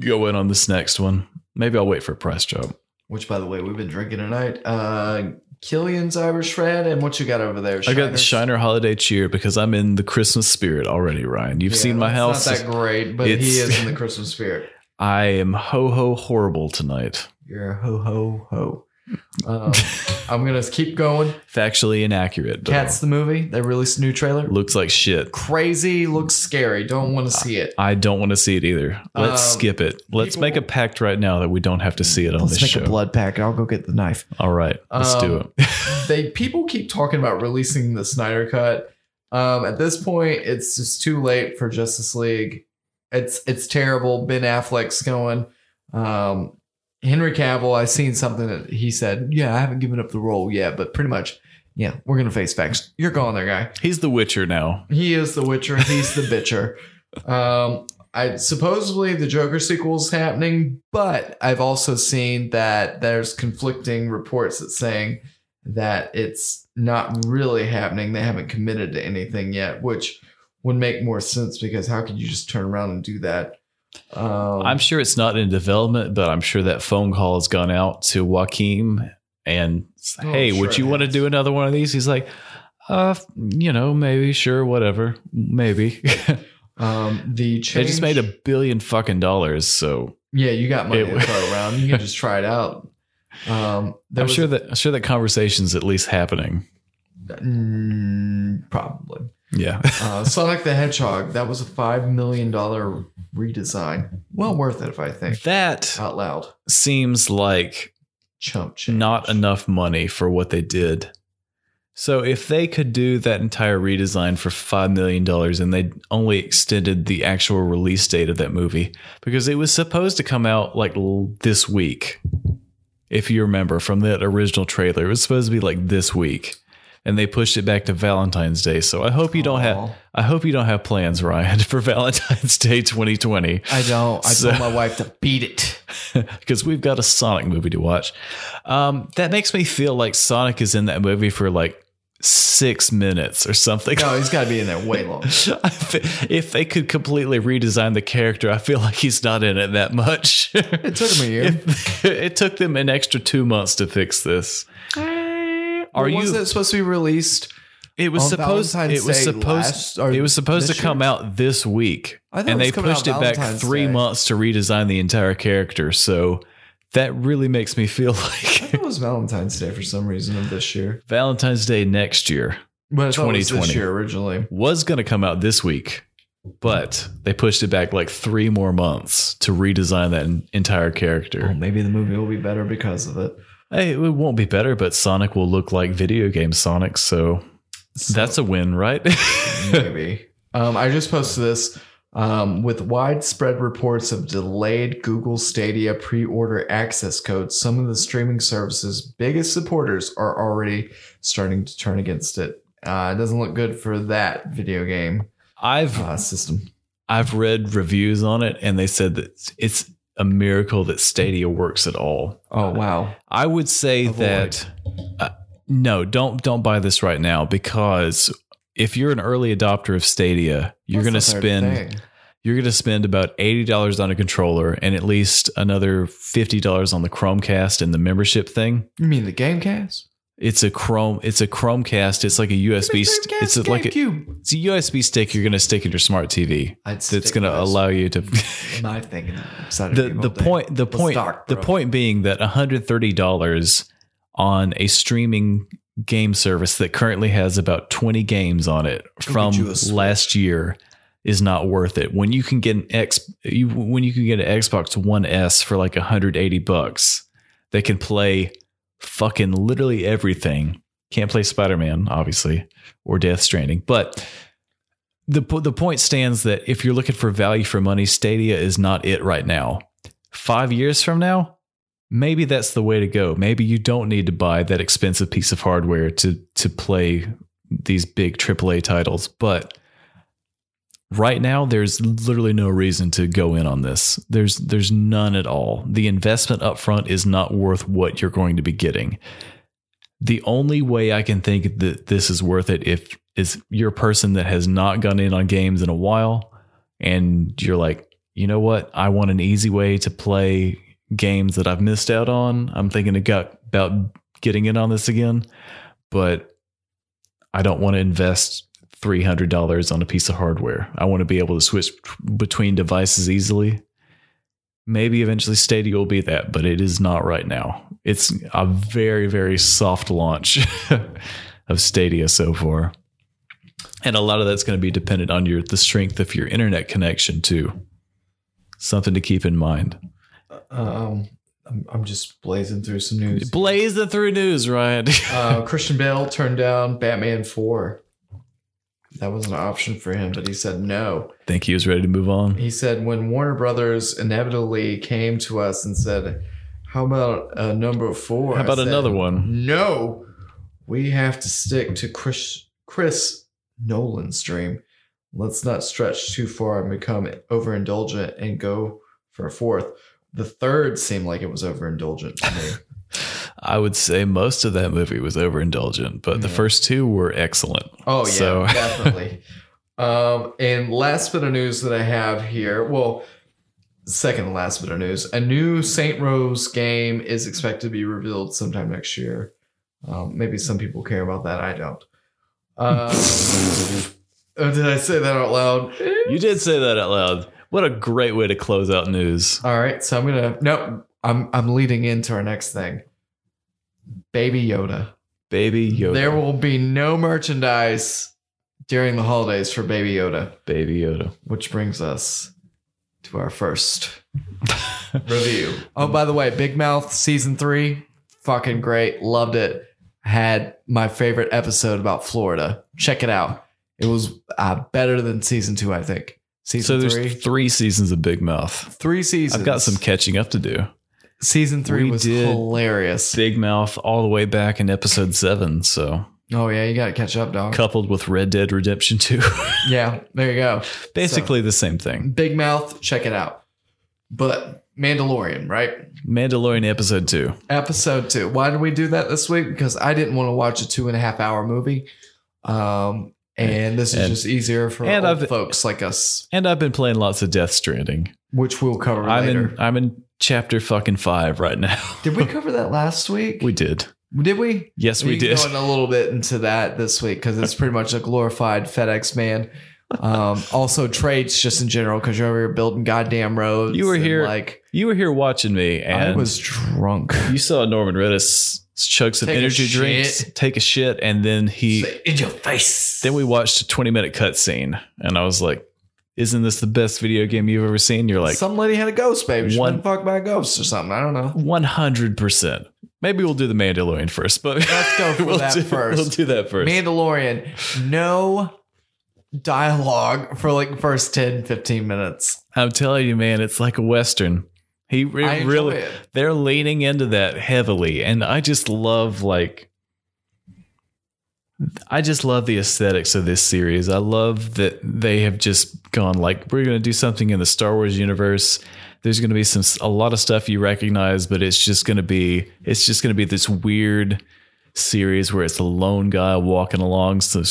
A: go in on this next one. Maybe I'll wait for a price drop.
B: Which, by the way, we've been drinking tonight. Uh, Killian's Irish Red, and what you got over there?
A: I got the
B: Shiners?
A: Shiner Holiday Cheer because I'm in the Christmas spirit already, Ryan. You've
B: Yeah,
A: seen my
B: it's
A: house.
B: Not that great, but
A: It's-
B: he is in the Christmas spirit.
A: I am ho ho horrible tonight.
B: You're a ho ho ho. Um, I'm gonna keep going.
A: Factually inaccurate, but
B: Cats the movie. They released a new trailer.
A: looks like shit.
B: Crazy. Looks scary. Don't want to see it.
A: I don't want to see it either. Let's
B: Um,
A: skip it. Let's
B: people-
A: make a pact right now that we don't have to see it on
B: Let's
A: this
B: make
A: show.
B: a blood pack, and I'll go get the knife.
A: All right, let's do
B: Um,
A: it.
B: they people keep talking about releasing the Snyder cut. Um, at this point, it's just too late for Justice League. It's it's terrible. Ben Affleck's going. Um, Henry Cavill. I seen something that he said. Yeah, I haven't given up the role yet, but pretty much. Yeah, we're gonna face facts. You're gone there, guy.
A: He's the Witcher now.
B: He is the Witcher. He's the Bitcher. Um, I supposedly the Joker sequel's happening, but I've also seen that there's conflicting reports that saying that it's not really happening. They haven't committed to anything yet, which would make more sense because how could you just turn around and do that? Um,
A: I'm sure it's not in development, but I'm sure that phone call has gone out to Joaquin and
B: Oh,
A: hey,
B: sure
A: would you
B: it
A: want to
B: has.
A: do another one of these? He's like, uh, you know, maybe, sure, whatever, maybe.
B: um, the change,
A: they just made a billion fucking dollars, so
B: yeah. You got money
A: It
B: to
A: was-
B: throw around. You can just try it out. Um, there
A: I'm
B: was-
A: sure that I'm sure that conversation's at least happening.
B: Mm, probably.
A: Yeah,
B: Uh, Sonic the Hedgehog. That was a five million dollar redesign. Well worth it if I think
A: that
B: out loud.
A: seems like
B: Chump change.
A: not enough money for what they did. So if they could do that entire redesign for five million dollars and they only extended the actual release date of that movie because it was supposed to come out like l- this week, if you remember from that original trailer, it was supposed to be like this week, and they pushed it back to Valentine's Day. So I hope you don't
B: Aw.
A: have I hope you don't have plans, Ryan, for Valentine's Day 2020
B: I don't. I
A: So-
B: told my wife to beat it.
A: because we've got a Sonic movie to watch. Um, that makes me feel like Sonic is in that movie for like six minutes or something.
B: No, he's got to be in there way long.
A: I fe- if they could completely redesign the character, I feel like he's not in it that much.
B: It took him a year.
A: If- it took them
B: Eh,
A: an extra two months to fix this. Are
B: When
A: you?
B: Was it supposed to be released?
A: It was
B: On
A: supposed.
B: Valentine's
A: it was
B: Day
A: supposed.
B: last- or
A: it was supposed to
B: this
A: come
B: year?
A: out this week,
B: I thought
A: and
B: it was
A: they
B: coming out
A: pushed it back
B: Valentine's
A: three
B: Day.
A: months to redesign the entire character. So that really makes me feel
B: I thought
A: like
B: it was Valentine's Day for some reason of this year.
A: Valentine's Day next year
B: But I thought it was this
A: 2020.
B: year originally.
A: was going to come out this week, but they pushed it back like three more months to redesign that en- entire
B: Well,
A: character.
B: Oh, maybe the movie will be better because of it.
A: Hey, it won't be better, but Sonic will look like video game Sonic. So
B: So-
A: that's a win, right?
B: maybe. Um, I just posted this. Um, with widespread reports of delayed Google Stadia pre order access codes, some of the streaming services' biggest supporters are already starting to turn against it. Uh, it doesn't look good for that video game
A: I've
B: uh, system.
A: I've read reviews on it, and they said that it's a miracle that Stadia works at all.
B: Oh, wow.
A: I would say
B: Avoid.
A: that uh, no, don't don't buy this right now because if you're an early adopter of Stadia, you're going to
B: That's the third
A: spend
B: thing.
A: you're going to spend about eighty dollars on a controller and at least another fifty dollars on the Chromecast and the membership thing.
B: You mean the Gamecast?
A: It's a Chrome. It's a Chromecast. It's like a USB. st-
B: Gamecast,
A: it's a, like a,
B: GameCube.
A: it's a USB stick you're going to stick in your smart TV.
B: I'd
A: That's
B: stick
A: going to
B: with this.
A: allow you to.
B: My thing.
A: the the point the point
B: dark,
A: the
B: bro.
A: point being that $130 on a streaming game service that currently has about 20 games on it
B: Go
A: from
B: get you a Switch.
A: last year is not worth it when you can get an X you, when you can get an Xbox One S for like 180 bucks that can play fucking literally everything can't play Spider-Man obviously or Death Stranding but the po- the point stands that if you're looking for value for money Stadia is not it right now 5 years from now maybe that's the way to go. Maybe you don't need to buy that expensive piece of hardware to to play these big AAA titles, but right now there's literally no reason to go in on this. There's there's none at all. The investment up front is not worth what you're going to be getting. The only way I can think that this is worth it if is you're a person that has not gone in on games in a while and you're like, you know what? I want an easy way to play games that I've missed out on. I'm thinking it got- about getting in on this again, but I don't want to invest $300 on a piece of hardware. I want to be able to switch between devices easily. Maybe eventually Stadia will be that, but it is not right now. It's a very, very soft launch of Stadia so far. And a lot of that's going to be dependent on your the strength of your internet connection too. Something to keep in mind.
B: Um, I'm, I'm just blazing through some news.
A: Blazing through news, Ryan.
B: uh, Christian Bale turned down Batman 4. That was an option for him, but he said no.
A: Think he was ready to move on?
B: He said when Warner Brothers inevitably came to us and said, How about uh, number four?
A: How about another one?
B: No, we have to stick to Chris, Chris Nolan's dream. Let's not stretch too far and become overindulgent and go for a fourth. The third seemed like it was overindulgent to me.
A: I would say most of that movie was overindulgent, but the
B: Yeah.
A: first two were excellent.
B: Oh yeah,
A: So-
B: definitely. Um, and last bit of news that I have here, well, second to last bit of news, a new Saint Rose game is expected to be revealed sometime next year. Um, maybe some people care about that. I don't. Um, oh, did I say that out loud?
A: You did say that out loud. What a great way to close out news.
B: All right, so I'm gonna. No, I'm I'm leading into our next thing. Baby Yoda.
A: Baby Yoda.
B: There will be no merchandise during the holidays for Baby Yoda.
A: Baby Yoda.
B: Which brings us to our first review. Oh, by the way, Big Mouth season three, fucking great. Loved it. Had my favorite episode about Florida. Check it out. It was uh, better than season two, I think.
A: So
B: Season
A: there's
B: three,
A: three? seasons of Big Mouth.
B: three seasons.
A: I've got some catching up to do.
B: Season three
A: We
B: was
A: did
B: hilarious.
A: Big Mouth all the way back in episode seven. So
B: Oh yeah, you got to catch up, dog.
A: coupled with Red Dead Redemption 2.
B: Yeah, there you go.
A: Basically the same thing.
B: Big Mouth, check it out. But Mandalorian, right?
A: Mandalorian episode two.
B: episode two. Why did we do that this week? Because I didn't want to watch a two and a half hour movie. Um, and this is
A: And-
B: just easier for
A: and
B: old
A: I've-
B: folks like us,
A: And I've been playing lots of Death Stranding.
B: which we'll cover
A: I'm
B: later.
A: in I'm in chapter fucking five right now.
B: did we cover that last week?
A: We did.
B: Did we?
A: Yes, we
B: You can
A: did.
B: Go in a little bit into that this week because it's pretty much a glorified FedEx man. Um, also trades just in general because you're over here building goddamn roads.
A: You were
B: and,
A: here-
B: like
A: You were here watching me, and
B: I was drunk.
A: you saw Norman Reedus chug some
B: Take a
A: energy
B: shit.
A: drinks, take a shit, and then he.
B: Say, in your face.
A: Then we watched a 20 minute cutscene, and I was like, "Isn't this the best video game you've ever seen?" You're like,
B: some lady had a ghost baby. She's
A: One-
B: been fucked by a ghost or something. I don't know.
A: "100%." Maybe we'll do the Mandalorian first, but
B: Let's go for
A: we'll
B: that
A: do,
B: first.
A: We'll do that first.
B: Mandalorian, no dialogue for like first 10, 15 minutes.
A: I'm telling you, man, it's like a western. He re-
B: I enjoy
A: really
B: it.
A: they're leaning into that heavily, and I just love like I just love the aesthetics of this series. I love that they have just gone like we're going to do something in the Star Wars universe. There's going to be some a lot of stuff you recognize, but it's just going to be it's just going to be this weird series where it's a lone guy walking along. So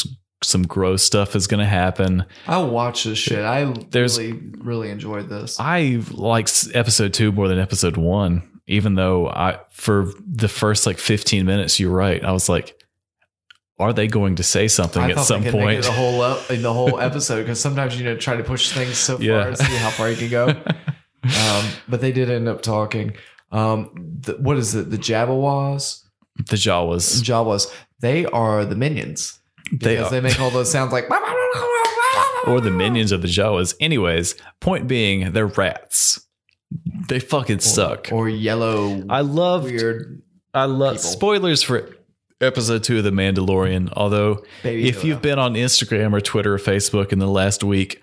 A: some gross stuff is going to happen.
B: I watch this shit. I
A: There's-
B: really, really enjoyed this.
A: I like episode two more than episode one, even though I for the first like 15 minutes, you're right. I was like, are they going to say something
B: I
A: at
B: thought
A: some
B: they could make
A: point?
B: it the whole up in the whole episode because sometimes you know try to push things so
A: Yeah.
B: far and see how far you can go. um, but they did end up talking. Um, the, what is it? The Jabawas,
A: the Jawas.
B: Jawas. They are the minions
A: They
B: because
A: are-
B: they make all those sounds like
A: or the minions of the Jawas. Anyways, point being, they're rats. They fucking suck.
B: or yellow
A: I love
B: weird
A: I love
B: people.
A: spoilers for episode two of The Mandalorian. Although,
B: baby.
A: if you've been on Instagram or Twitter or Facebook in the last week,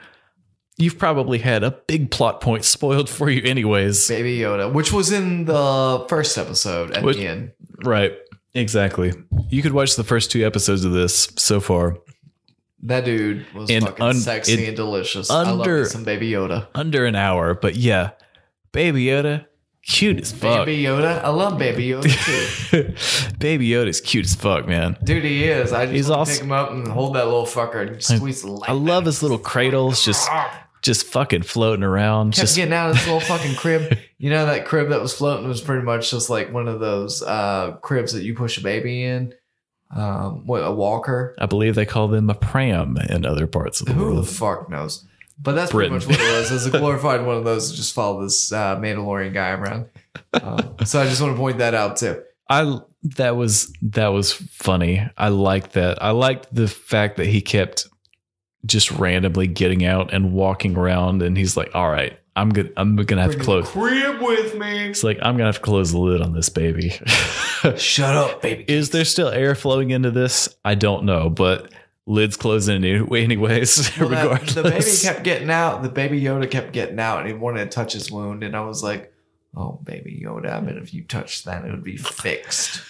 A: you've probably had a big plot point spoiled for you, anyways.
B: Baby Yoda, which was in the first episode at
A: Which-
B: the end.
A: Right. Exactly. You could watch the first two episodes of this so far.
B: That dude was
A: And
B: fucking
A: un-
B: sexy
A: it-
B: and delicious. I love
A: under-
B: me some Baby Yoda.
A: Under an hour, but yeah. Baby Yoda, cute as fuck.
B: Baby Yoda, I love Baby Yoda too.
A: Baby Yoda's cute as fuck, man.
B: Dude, he is. I just
A: He's
B: wanna
A: also-
B: pick him up and hold that little fucker and squeeze the life.
A: I love his little cradles just just fucking floating around.
B: Kept
A: Just
B: getting out of this little fucking crib. You know that crib that was floating was pretty much just like one of those uh, cribs that you push a baby in. Um, what a walker.
A: I believe they call them a pram in other parts of the
B: Who the
A: world.
B: fuck knows? But that's
A: Britain.
B: pretty much what it was. It's a glorified one of those that just follow this uh, Mandalorian guy around. Um, so I just want to point that out too.
A: I that was that was funny. I liked that. I liked the fact that he kept just randomly getting out and walking around and he's like, "All right, I'm good. I'm going to have to
B: Bring the
A: close
B: crib with me.
A: It's like I'm gonna have to close the lid on this baby.
B: Shut up, baby.
A: Is there still air flowing into this? I don't know, but lids closing any- anyways.
B: Well, that-
A: regardless,
B: the baby kept getting out. The baby Yoda kept getting out, and he wanted to touch his wound. And I was like, "Oh, baby Yoda! I bet if you touched that, it would be fixed."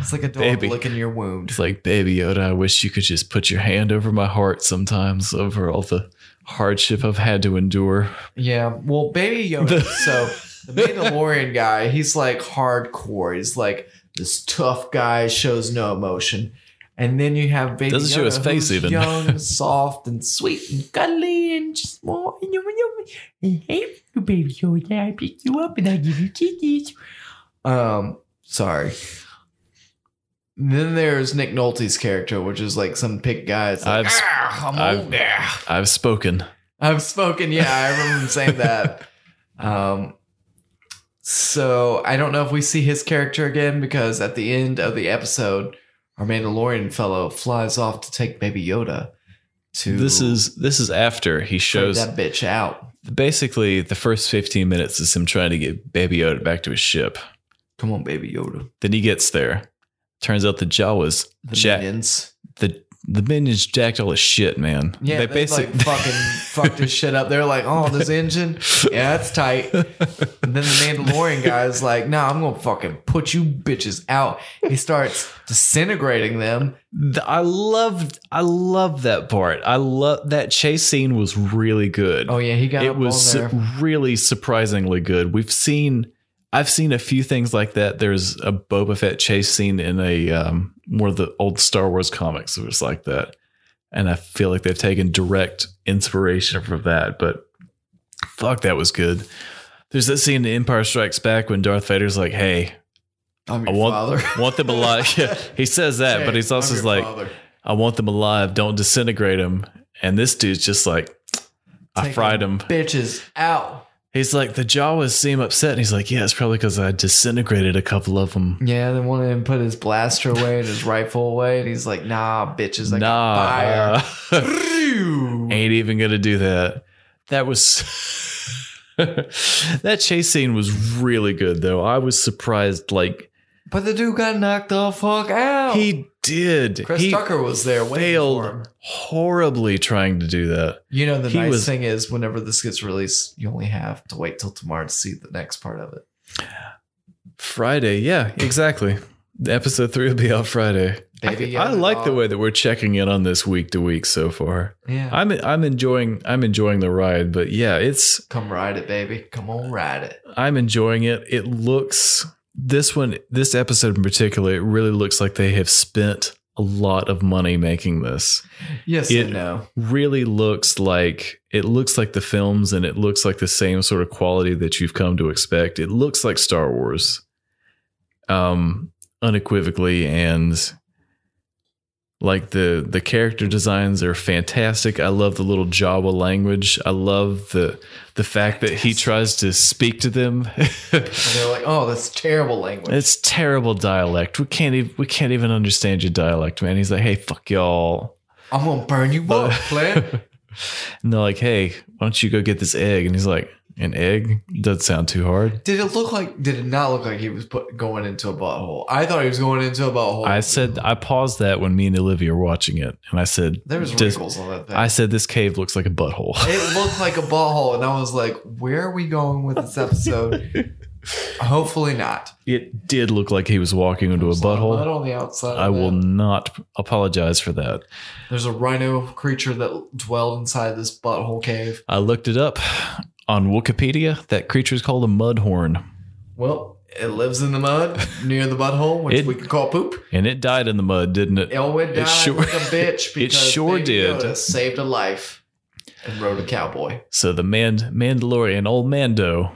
B: It's like a dog
A: Baby.
B: licking your wound.
A: It's like, baby Yoda, I wish you could just put your hand over my heart sometimes over all the hardship I've had to endure.
B: Yeah. Well, baby Yoda. so the Mandalorian guy, he's like hardcore. He's like this tough guy, shows no emotion. And then you have baby
A: Doesn't
B: Yoda,
A: show his face
B: who's
A: even.
B: young, soft, and sweet, and cuddly, and just more. And you, you, hey, baby Yoda, I pick you up and I give you kisses. Um, sorry. Then there's Nick Nolte's character, which is like some pig guy. It's like,
A: I've sp-
B: "Ah, I'm
A: I've-
B: old now."
A: I've spoken.
B: I've spoken. Yeah, I remember him saying that. Um, so I don't know if we see his character again because at the end of the episode, our Mandalorian fellow flies off to take Baby Yoda to
A: This is this is after he
B: take
A: shows
B: that bitch out.
A: basically the first 15 minutes is him trying to get baby Yoda back to his ship.
B: Come on, Baby Yoda.
A: Then he gets there. Turns out the Jawas
B: The
A: Jack-
B: minions.
A: the the minions jacked all his shit, man.
B: Yeah, they,
A: they basically
B: like fucking fucked his shit up. They're like, oh, this engine, yeah, that's tight. And then the Mandalorian guy's like, nah, I'm gonna fucking put you bitches out. He starts disintegrating them.
A: I loved I loved that part. I love that chase scene was really good.
B: Oh yeah, he got
A: it
B: up on
A: was
B: there.
A: really surprisingly good. We've seen I've seen a few things like that. There's a Boba Fett chase scene in a um, one of the old Star Wars comics that was like that. And I feel like they've taken direct inspiration from that, but fuck that was good. There's that scene in Empire Strikes Back when Darth Vader's like, "Hey,
B: I'm
A: I
B: your
A: want-
B: father.
A: want them alive. Yeah, he says that, but he's
B: Hey,
A: also
B: I'm
A: just
B: your
A: like,
B: father.
A: I want them alive. Don't disintegrate them. And this dude's just like, I
B: Take
A: fried
B: them
A: him.
B: Bitches out.
A: He's like, the Jawas seem upset. And he's like, yeah, it's probably because I disintegrated a couple of them.
B: Yeah, then one of them put his blaster away and his rifle away, and he's like, "Nah, bitches, I
A: nah.
B: got
A: uh,
B: fire."
A: ain't even going to do that. That was. that chase scene was really good, though. I was surprised. Like,
B: but the dude got knocked the fuck out.
A: he did.
B: Oh. Chris
A: he
B: Tucker was there waiting for him.
A: failed horribly trying to do that.
B: You know, the
A: He
B: nice
A: was-
B: thing is, whenever this gets released, you only have to wait till tomorrow to see the next part of it.
A: Friday. Yeah, exactly. The Episode three will be out Friday.
B: Baby,
A: I, I
B: got it
A: like the
B: all.
A: way that we're checking in on this week to week so far.
B: Yeah,
A: I'm I'm enjoying I'm enjoying the ride, but yeah, it's
B: come ride it, baby. Come on, ride it.
A: I'm enjoying it. It looks this one this episode in particular, it really looks like they have spent a lot of money making this.
B: Yes
A: It-
B: and no.
A: Really looks like it looks like the films and it looks like the same sort of quality that you've come to expect. It looks like Star Wars. Um unequivocally and like the the character designs are fantastic. I love the little Jawa language. I love the the fact that he
B: Fantastic.
A: tries to speak to them.
B: And they're like, "Oh, that's terrible language."
A: It's terrible dialect. We can't even we can't even understand your dialect, man. He's like, hey, fuck y'all.
B: I'm gonna burn you up, plant.
A: And they're like, hey, why don't you go get this egg? And he's like, an egg? Doesn't sound too hard.
B: Did it look like? Did it not look like he was put, going into a butthole? I thought he was going into a butthole.
A: I said I paused that when me and Olivia were watching it, and I said
B: there was
A: "Does-
B: wrinkles on that thing.
A: I said this cave looks like a butthole.
B: it looked like a butthole, and I was like, "Where are we going with this episode?" Hopefully not.
A: It did look like he was walking into a
B: There's lot of mud
A: butthole.
B: on the outside.
A: I
B: of
A: will
B: it.
A: not apologize for that.
B: There's a rhino creature that dwelled inside this butthole cave.
A: I looked it up on Wikipedia. That creature is called a mudhorn,
B: Well, it lives in the mud near the butthole, which
A: It-
B: we could call poop.
A: and it died in the mud, didn't it?
B: Elwood died
A: sure-
B: like a bitch
A: it
B: because
A: sure
B: Baby
A: did.
B: Yoda saved a life and rode a cowboy.
A: So the man Mandalorian, old Mando,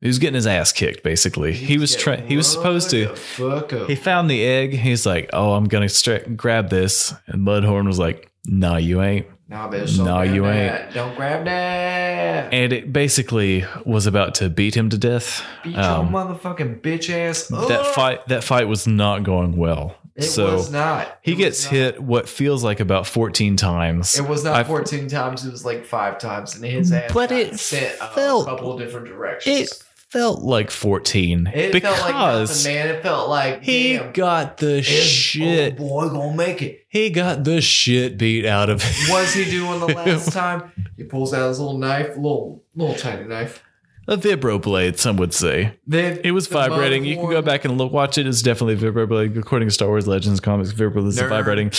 A: he was getting his ass kicked. Basically, he was
B: getting
A: trying. He was supposed
B: run
A: to.
B: the Fuck up.
A: He found the egg. He's like, "Oh, I'm gonna stra- grab this," and Mudhorn was like, "Nah, you ain't."
B: Nah, bitch. Don't
A: No,
B: grab
A: you
B: that. ain't. Don't grab that.
A: And it basically was about to beat him to death.
B: Beat
A: Um,
B: your motherfucking bitch ass. Up.
A: that fight, that fight was not going well.
B: Oh. It
A: so
B: was not.
A: he
B: It was
A: gets
B: not.
A: hit what feels like about 14 times.
B: It was not
A: I-
B: 14 times. It was like five times, and his ass
A: But
B: got
A: it
B: sent
A: felt-
B: a couple of different directions.
A: It felt like 14
B: It,
A: because
B: felt like nothing, man. It felt like
A: he
B: damn,
A: got the
B: this
A: shit.
B: old boy gonna make it.
A: He got the shit beat out of him.
B: What's he doing the last time? He pulls out his little knife, little little tiny knife.
A: a vibroblade, some would say.
B: Then
A: It was
B: the
A: vibrating. You can go
B: motherboard-
A: back and look, watch it. It's definitely a vibroblade. According to Star Wars Legends comics, vibroblades are
B: Nerd.
A: vibrating.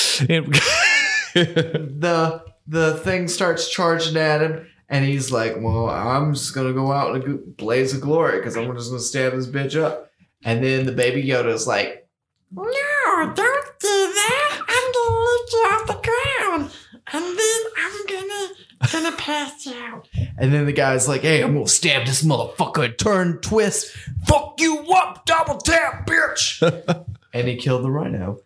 A: It-
B: the the thing starts charging at him, and he's like, "Well, I'm just gonna go out in a gl- blaze of glory because I'm just gonna stab this bitch up." And then the baby Yoda's like,
C: No, don't do that. I'm gonna lift you off the ground, and then I'm gonna gonna pass out.
B: and then the guy's like, "Hey, I'm gonna stab this motherfucker, and turn, twist, fuck you up, double tap, bitch." and he killed the rhino,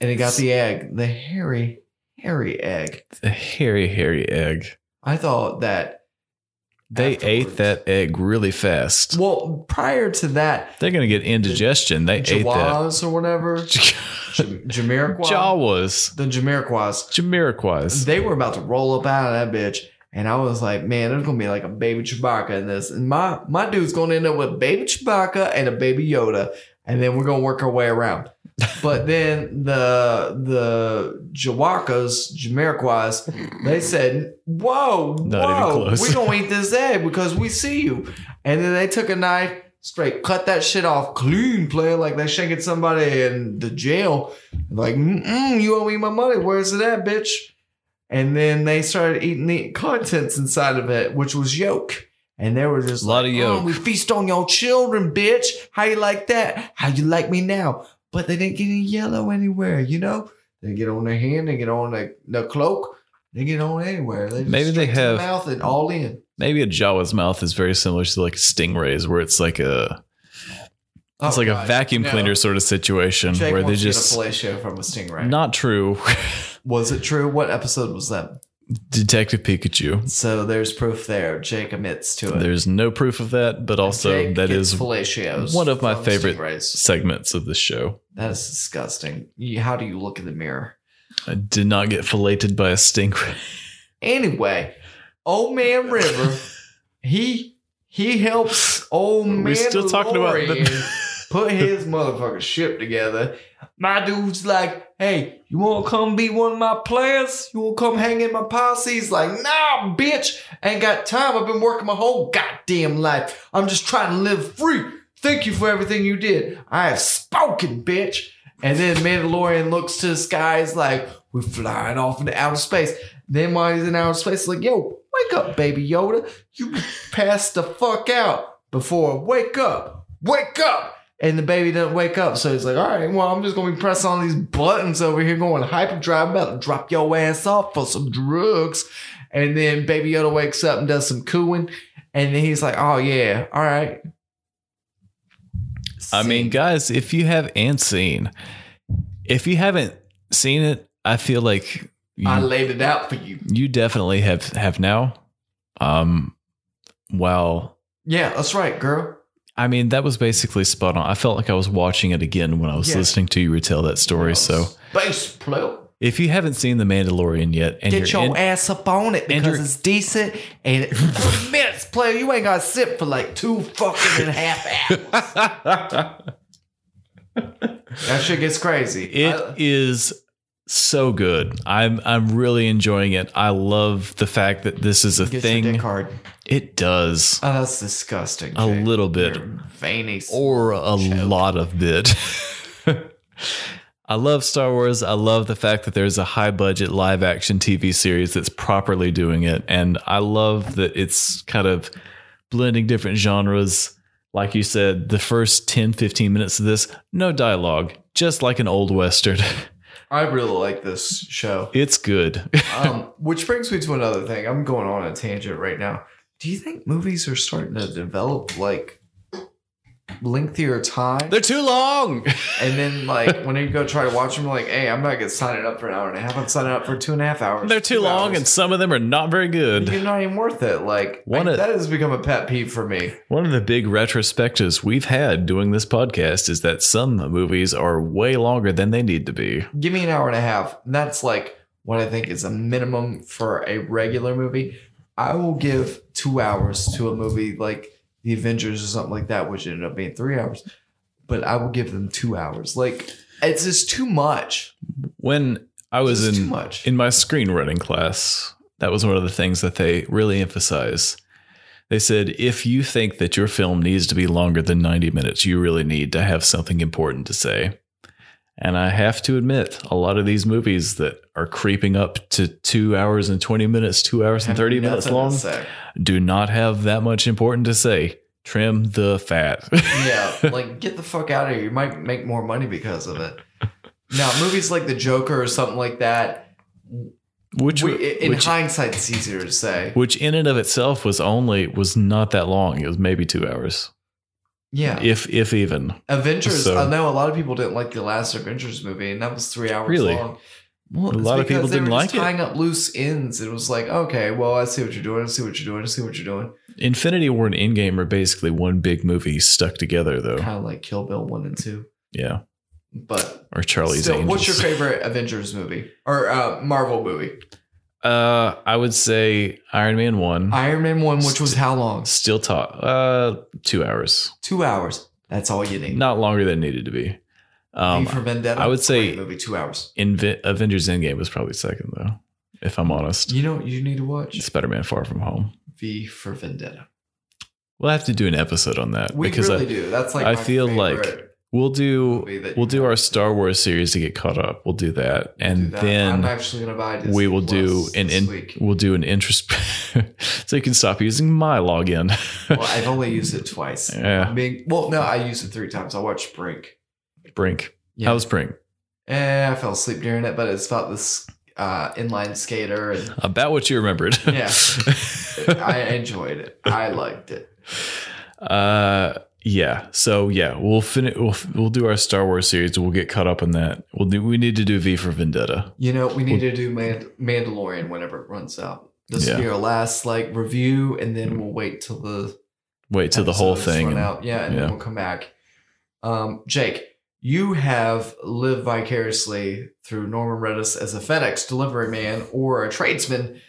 B: and he got the egg, the hairy, hairy egg.
A: a hairy, hairy egg.
B: I thought that.
A: They ate
B: afterwards-
A: that egg really fast.
B: Well, prior to that,
A: They're going to get indigestion. They ate that.
B: Jawas or whatever, Jam- Jamiroquai.
A: Jawas.
B: the Jamiroquais.
A: Jamiroquais.
B: They were about to roll up out of that bitch. And I was like, man, there's gonna be like a baby Chewbacca in this. And my my dude's gonna end up with baby Chewbacca and a baby Yoda. And then we're gonna work our way around. But then the the Jawakas, Jamiroquais, they said, Whoa,
A: Not even
B: whoa,
A: close.
B: we gonna eat this egg because we see you. And then they took a knife, straight cut that shit off clean, player, like they shanking somebody in the jail. Like, mm you owe me my money. Where's it at, bitch? And then they started eating the contents inside of it, which was yolk. And they were just
A: A lot
B: like,
A: of yolk.
B: "Oh, we feast on your children, bitch. How you like that? How you like me now? But they didn't get any yellow anywhere, you know? They get on their hand, they get on the, the cloak, they get on anywhere. They just
A: Maybe they
B: straight to the
A: have-
B: mouth and all in.
A: Maybe a Jawa's mouth is very similar to like a stingray's, where it's like a It's like a
B: gosh,
A: vacuum
B: no.
A: cleaner sort of situation
B: Oh, Jake
A: where they
B: wants to get
A: just
B: a fellatio from a stingray.
A: not true.
B: Was it true? What episode was that?
A: Detective Pikachu.
B: So there's proof there. Jake admits to it.
A: There's no proof of that, but also
B: Jake
A: that
B: gets
A: is
B: fellatios
A: one of my
B: from
A: favorite-
B: stingrays.
A: segments of the show.
B: That is disgusting. You- How do you look in the mirror?
A: I did not get filleted by a stingray.
B: Anyway, old man River, he he helps old
A: Are
B: Oh, man.
A: we still talking about the-
B: Lorian put his motherfucking ship together. My dude's like, hey, you wanna come be one of my players? You wanna come hang in my posse? He's like, nah, bitch, ain't got time. I've been working my whole goddamn life. I'm just trying to live free. Thank you for everything you did. I have spoken, bitch. And then Mandalorian looks to the sky. He's like, we're flying off into outer space. Then while he's in outer space, he's like, yo, wake up, baby Yoda. You passed the fuck out before wake up. Wake up. And the baby doesn't wake up. So he's like, all right, well, I'm just going to be pressing on these buttons over here going hyperdrive. I'm about to drop your ass off for some drugs. And then baby Yoda wakes up and does some cooing. And then he's like, oh, yeah, all right.
A: I mean, guys, if you have and seen, if you haven't seen it, I feel like you,
B: I laid it out for you.
A: you definitely have have now. Um, wow.
B: Yeah, that's right, girl.
A: I mean, that was basically spot on. I felt like I was watching it again when I was
B: Yeah.
A: listening to you retell that story. So,
B: Space plug.
A: if you haven't seen The Mandalorian yet, and
B: Get
A: you're
B: your
A: in-
B: ass up on it
A: and
B: because
A: you're-
B: it's decent and it, for minutes, player. You ain't gotta sit for like two fucking and a half hours. That shit gets crazy.
A: It is
B: I-
A: so good. I'm I'm really enjoying it. I love the fact that this is a
B: get your
A: thing.
B: dick hard.
A: It does
B: Oh, that's disgusting.
A: a
B: Jake.
A: little bit Oh.
B: You're veiny.
A: or a lot of bit. I love Star Wars. I love the fact that there's a high budget live action TV series that's properly doing it and I love that it's kind of blending different genres. Like you said, the first 10 15 minutes of this, no dialogue, just like an old western.
B: I really like this show.
A: It's good.
B: um, which brings me to another thing. I'm going on a tangent right now. Do you think movies are starting to develop like lengthier time?
A: They're too long.
B: And then, like, when you go try to watch them, like, hey, I'm not gonna sign it up for an hour and a half. I'm signing up for two and a half hours.
A: They're too
B: two
A: long, and
B: hours.
A: some of them are not very good.
B: you're not even worth it. Like,
A: One
B: I-
A: of-
B: that has become a pet peeve for me.
A: One of the big retrospectives we've had doing this podcast is that some movies are way longer than they need to be.
B: Give me an hour and a half. And that's like what I think is a minimum for a regular movie. I will give two hours to a movie like The Avengers or something like that, which ended up being three hours. But I will give them two hours. Like, it's just too much.
A: When I was
B: It's too
A: in
B: much.
A: in my screenwriting class, that was one of the things that they really emphasize. They said if you think that your film needs to be longer than 90 minutes, you really need to have something important to say. And I have to admit, a lot of these movies that are creeping up to two hours and 20 minutes, two hours and 30 minutes
B: Nothing to
A: long,
B: say.
A: do not have that much important to say. Trim the fat.
B: yeah, like get the fuck out of here. You might make more money because of it. Now, movies like The Joker or something like that,
A: which,
B: we, in
A: which,
B: hindsight, it's easier to say.
A: which in and of itself was only was not that long. It was maybe two hours,
B: Yeah.
A: if if even.
B: Avengers,
A: So-
B: I know a lot of people didn't like the last Avengers movie, and that was three hours
A: Really?
B: long. Well,
A: A
B: it's
A: lot of
B: because
A: people
B: they
A: didn't
B: were just
A: like it.
B: tying up loose ends. It was like, okay, well, I see what you're doing. I see what you're doing. I see what you're doing.
A: Infinity War and Endgame are basically one big movie stuck together, though.
B: Kind of like Kill Bill one and two.
A: Yeah,
B: But
A: or Charlie's
B: still,
A: Angels.
B: what's your favorite Avengers movie or uh, Marvel movie?
A: uh, I would say Iron Man one.
B: Iron Man one, which was how long?
A: Still talk. Uh, two hours,
B: Two hours. That's all you need.
A: not longer than needed to be. Um,
B: V for Vendetta.
A: I would say-
B: Great movie two hours.
A: Inve- Avengers Endgame was probably second, though. If I'm honest,
B: You know what you need to watch?
A: Spider Man Far From Home.
B: V for Vendetta.
A: We'll have to do an episode on that
B: We
A: because
B: really
A: I,
B: do. That's like
A: I
B: my
A: feel like
B: favorite
A: we'll do
B: movie that
A: we'll
B: you
A: do
B: have.
A: our Star Wars series to get caught up. We'll do that,
B: Do
A: and
B: that. I'm
A: then
B: actually gonna buy Disney
A: we will do
B: Plus
A: an
B: this
A: in,
B: week.
A: we'll do an interest. so you can stop using my login.
B: well, I've only used it twice. I
A: yeah,
B: mean, well, no, I used it three times. I watched Brink.
A: Brink.
B: Yeah.
A: How's Brink?
B: And I fell asleep during it, but it's about this uh, inline skater, and
A: About what you remembered.
B: Yeah. I enjoyed it. I liked it.
A: Uh, yeah. So yeah, we'll finish. We'll, we'll do our Star Wars series. We'll get caught up in that. We'll do. We need to do V for Vendetta.
B: You know, we need to do Mand- Mandalorian whenever it runs out. This will be our last like review, and then we'll wait till the
A: Wait till the whole
B: episodes
A: thing.
B: run
A: and-
B: out. Yeah, and
A: yeah.
B: then we'll come back. Um, Jake, you have lived vicariously through Norman Redis as a FedEx delivery man or a tradesman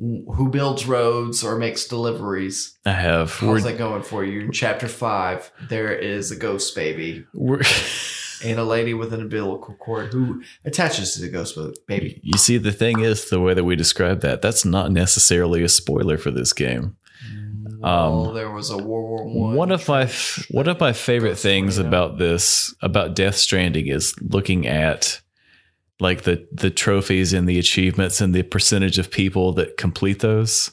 B: who builds roads or makes deliveries.
A: I have. We're,
B: How's that going for you? In chapter five, there is a ghost baby
A: we're,
B: and a lady with an umbilical cord who attaches to the ghost ba- baby.
A: you see, the thing is, the way that we describe that, that's not necessarily a spoiler for this game. Um,
B: Well, Oh, there was a World War One.
A: One of my f- one of my favorite
B: Ghost
A: things
B: Arena.
A: about this about Death Stranding is looking at like the the trophies and the achievements and the percentage of people that complete those.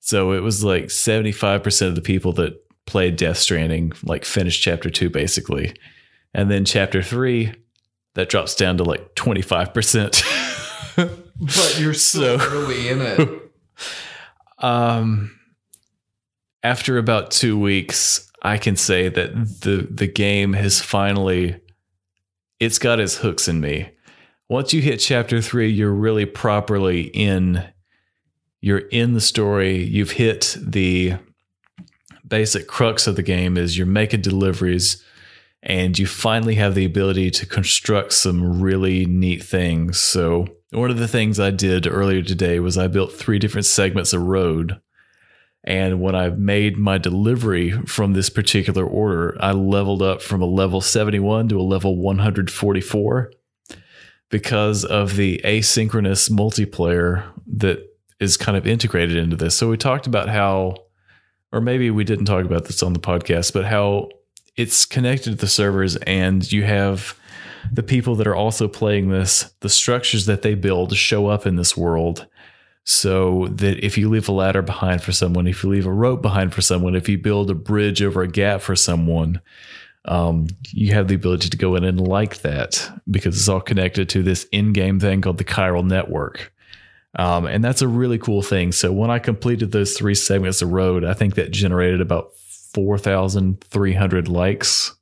A: So it was like 75% of the people that played Death Stranding like finished chapter 2 basically. And then chapter 3 that drops down to like 25%.
B: but you're so
A: So-
B: early in it.
A: Um, after about two weeks, I can say that the the game has finally it's got its hooks in me. Once you hit chapter three, you're really properly in. You're in the story. You've hit the basic crux of the game is you're making deliveries and you finally have the ability to construct some really neat things. So, one of the things I did earlier today was I built three different segments of road. And when I made my delivery from this particular order, I leveled up from a level 71 to a level 144 because of the asynchronous multiplayer that is kind of integrated into this. So, we talked about how, or maybe we didn't talk about this on the podcast, but how it's connected to the servers and you have the people that are also playing this the structures that they build show up in this world so that if you leave a ladder behind for someone if you leave a rope behind for someone if you build a bridge over a gap for someone um, you have the ability to go in and like that because it's all connected to this in-game thing called the chiral network um, and that's a really cool thing so when i completed those three segments of road i think that generated about 4,300 likes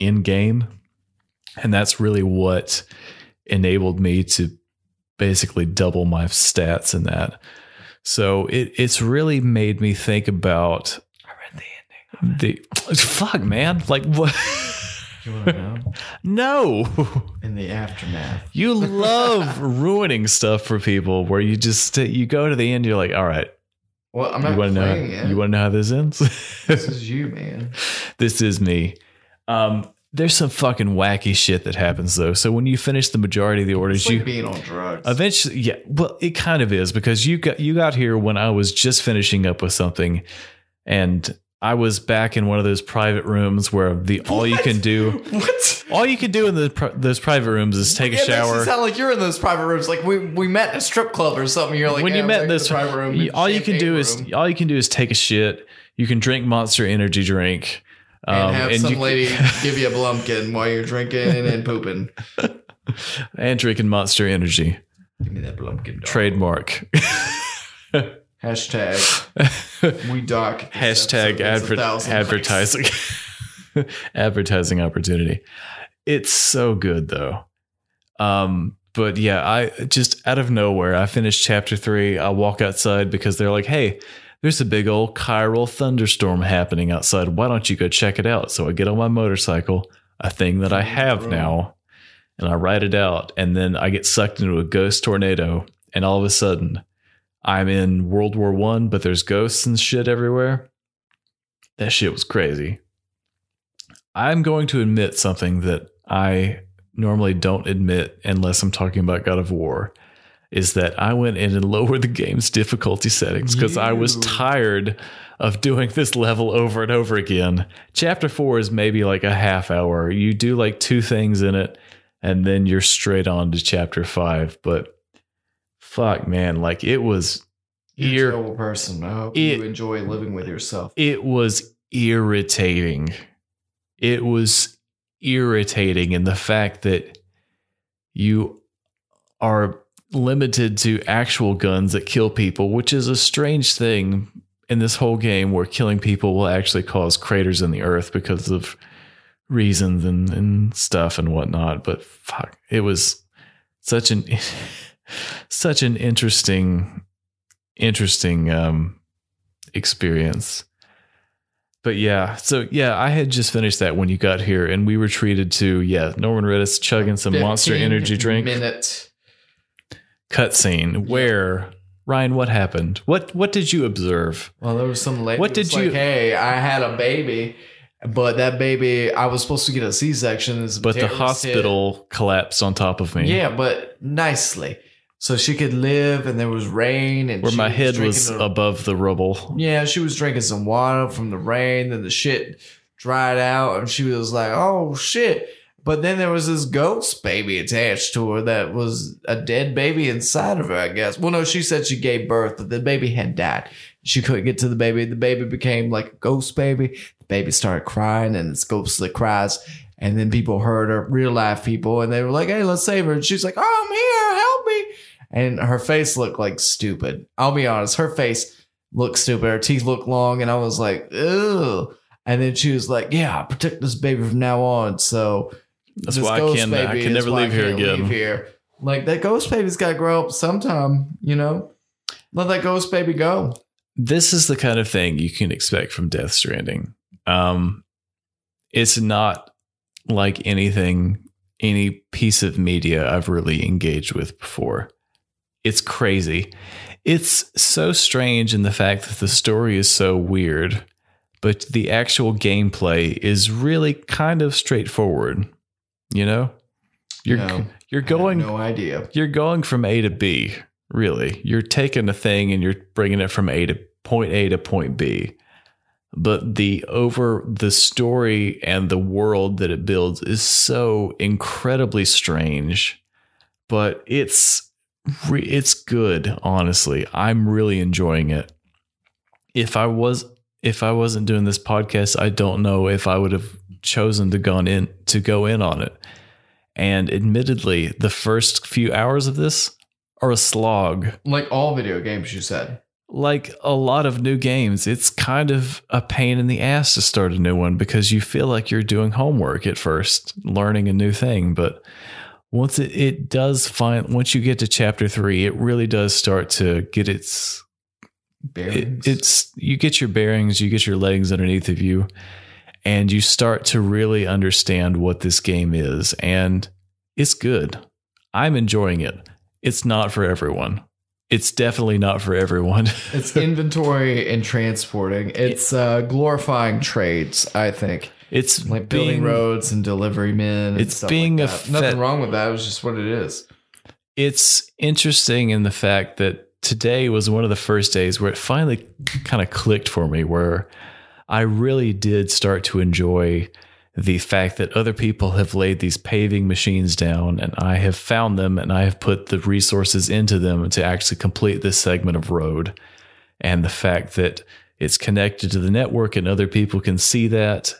A: in game. And that's really what enabled me to basically double my stats in that. So it it's really made me think about I read the ending. The fuck man, like what
B: You want to know?
A: no.
B: In the aftermath.
A: You love ruining stuff for people where you just you go to the end you're like, "All right,
B: Well, I'm
A: you
B: not
A: want to
B: playing
A: know
B: it.
A: you want to know how this ends?"
B: this is you, man.
A: this is me. Um, there's some fucking wacky shit that happens though. So when you finish the majority of the orders,
B: It's like
A: you
B: being on drugs.
A: eventually, yeah, well, it kind of is because you got you got here when I was just finishing up with something, and I was back in one of those private rooms where the all you can do,
B: what?
A: all you can do in the pri- those private rooms is take
B: Yeah,
A: a
B: it makes
A: shower.
B: it sound like you're in those private rooms. Like we we met in a strip club or something. You're like
A: when you
B: yeah,
A: met
B: we're
A: in
B: in
A: this
B: the private room.
A: you-
B: it's
A: all you can do
B: champagne
A: is
B: room.
A: all you can do is take a shit. You can drink Monster Energy drink.
B: and have some
A: um, you-
B: lady give you a blumpkin while you're drinking and pooping.
A: and drinking Monster Energy
B: Give me that blumpkin. Dog.
A: trademark.
B: Hashtag we doc. this
A: hashtag
B: episode gets a
A: adver-
B: thousand likes.
A: advertising advertising opportunity it's so good though um but yeah i just out of nowhere i finished chapter three i walk outside because they're like hey there's a big old chiral thunderstorm happening outside why don't you go check it out so i get on my motorcycle a thing that i have now and i ride it out and then i get sucked into a ghost tornado and all of a sudden I'm in World War One, but there's ghosts and shit everywhere. That shit was crazy. I'm going to admit something that I normally don't admit unless I'm talking about God of War, is that I went in and lowered the game's difficulty settings because I was
B: You-
A: tired of doing this level over and over again. Chapter four is maybe like a half hour. You do like two things in it, and then you're straight on to chapter five. But fuck, man, like it was
B: You're
A: Ear-
B: a terrible person. I hope
A: It-
B: you enjoy living with yourself.
A: it was irritating. It was irritating in the fact that you are limited to actual guns that kill people, which is a strange thing in this whole game where killing people will actually cause craters in the earth because of reasons and, and stuff and whatnot. But fuck, it was such an such an interesting interesting um experience. But yeah, so yeah, I had just finished that when you got here, and we were treated to yeah, Norman Reedus chugging some Monster
B: 15
A: Energy drink
B: Minute.
A: cutscene where Ryan, what happened? What what did you observe?
B: Well, there was some lady.
A: What
B: that was
A: did you-
B: like, Hey, I had a baby, but that baby, I was supposed to get a C-section. this
A: But the
B: terrorist hit-
A: hospital collapsed on top of me.
B: Yeah, but nicely, so she could live, and there was rain, and
A: where
B: she
A: my head was
B: drinking a-
A: above the rubble.
B: Yeah, she was drinking some water from the rain, then the shit dried out, and she was like, oh shit. But then there was this ghost baby attached to her that was a dead baby inside of her, I guess. Well, no, she said she gave birth, but the baby had died. She couldn't get to the baby. The baby became like a ghost baby. The baby started crying, and it's ghostly cries. And then people heard her, real life people, and they were like, hey, let's save her. And she's like, oh, I'm here, help me. And her face looked like stupid. I'll be honest, her face look stupid. Her teeth look long. And I was like, ew. And then she was like, yeah, I protect this baby from now on. So
A: That's
B: this
A: why I
B: ghost
A: can- I
B: baby
A: can
B: is
A: never
B: why I
A: leave here
B: can't
A: again.
B: here. Like that ghost baby's got to grow up sometime, you know? Let that ghost baby go.
A: This is the kind of thing you can expect from Death Stranding. Um, it's not like anything, any piece of media I've really engaged with before. It's crazy. It's so strange in the fact that the story is so weird, but the actual gameplay is really kind of straightforward. You know, you're
B: No,
A: you're
B: I had
A: going
B: No idea.
A: you're going from A to B, really. You're taking a thing and you're bringing it from A to point A to point B. But the over the story and the world that it builds is so incredibly strange, but it's re- it's good, honestly. I'm really enjoying it. If I was if I wasn't doing this podcast, I don't know if I would have chosen to gone in to go in on it. And admittedly, the first few hours of this are a slog.
B: Like all video games, you said.
A: Like a lot of new games, it's kind of a pain in the ass to start a new one because you feel like you're doing homework at first, learning a new thing. But once it, it does find, once you get to chapter three, it really does start to get its
B: Bearings.
A: it, it's you get your bearings, you get your legs underneath of you, and you start to really understand what this game is. And it's good. I'm enjoying it. It's not for everyone. It's definitely not for everyone.
B: it's inventory and transporting. It's uh, glorifying trades, I think.
A: it's
B: Like
A: being-
B: building roads and delivery men. and
A: It's
B: stuff
A: being
B: like
A: a
B: that. nothing
A: fe-
B: wrong with that. It was just what it is.
A: It's interesting in the fact that today was one of the first days where it finally kind of clicked for me, where I really did start to enjoy the fact that other people have laid these paving machines down and I have found them and I have put the resources into them to actually complete this segment of road. And the fact that it's connected to the network and other people can see that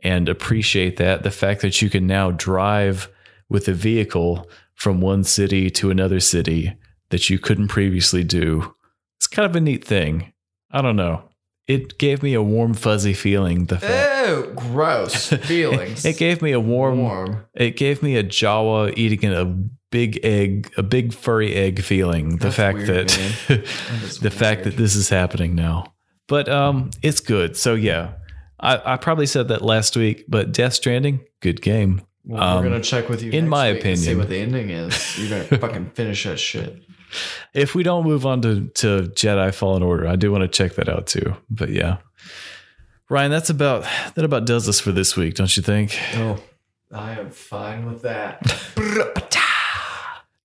A: and appreciate that. The fact that you can now drive with a vehicle from one city to another city that you couldn't previously do. It's kind of a neat thing. I don't know. It gave me a warm, fuzzy feeling. The fact.
B: Oh, gross feelings.
A: It gave me a warm,
B: warm.
A: It gave me a Jawa eating a big egg, a big furry egg feeling. the
B: That's
A: fact
B: weird,
A: that,
B: That is
A: the fact
B: weird.
A: that this is happening now. But um, it's good. So yeah, I, I probably said that last week. But Death Stranding, good game.
B: Well,
A: um,
B: we're gonna check with you.
A: in
B: next
A: my
B: week and see
A: opinion.
B: what the ending is. You're gonna fucking finish that shit.
A: If we don't move on to to Jedi Fallen Order, I do want to check that out too. But yeah, Ryan, that's about that about does us for this week, don't you think?
B: Oh, I am fine with that.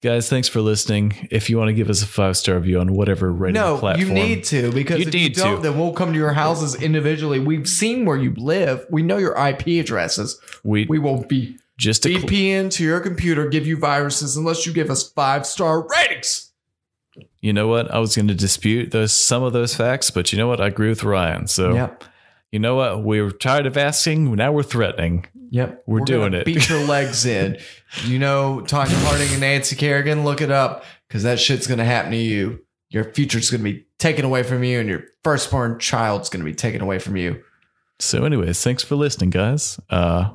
A: Guys, thanks for listening. If you want to give us a five star review on whatever rating
B: no,
A: platform,
B: you need to because
A: You
B: if
A: need
B: you don't,
A: to.
B: then we'll come to your houses individually. We've seen where you live. We know your IP addresses.
A: we,
B: We won't be
A: just to cl-
B: VPN to your computer, give you viruses unless you give us five star ratings.
A: you know what? I was going to dispute those some of those facts, but you know what? I agree with Ryan. So
B: Yep,
A: you know what? We were tired of asking. Now we're threatening.
B: yep.
A: We're doing
B: gonna
A: it.
B: Beat your legs in. You know, Tanya Harding and Nancy Kerrigan. Look it up because that shit's gonna happen to you. Your future's gonna be taken away from you, and your firstborn child's going to be taken away from you.
A: So, anyways, thanks for listening, guys. Uh,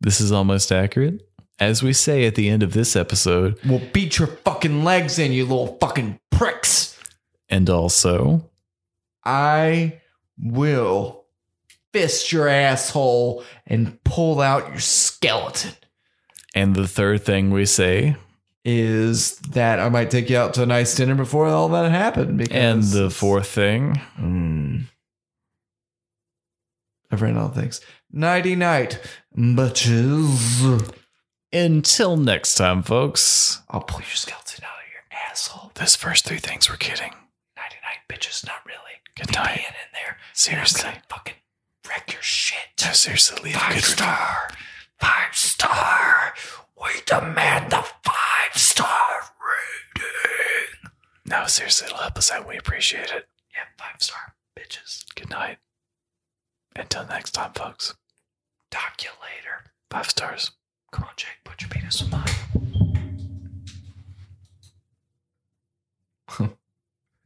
A: this is almost accurate. As we say at the end of this episode,
B: We'll beat your fucking legs in, you little fucking pricks.
A: and also,
B: I will fist your asshole and pull out your skeleton.
A: and the third thing we say,
B: Is that I might take you out to a nice dinner before all that happened. Because
A: and the fourth thing,
B: Mm. I've read all things. Nighty night, bitches.
A: until next time, folks.
B: I'll pull your skeleton out of your asshole.
A: Those first three things were kidding.
B: Nighty night, bitches. Not really.
A: Good
B: Be
A: night.
B: peeing in there.
A: Seriously.
B: I fucking wreck your shit.
A: No, seriously, leave a
B: Five
A: good review.
B: star. Five star. We demand the five star rating.
A: No, seriously, it'll help us out. We appreciate it.
B: Yeah, five star, bitches.
A: Good night. Until next time, folks.
B: Talk you later.
A: Five stars.
B: Come on, Jake. Put your penis in mine.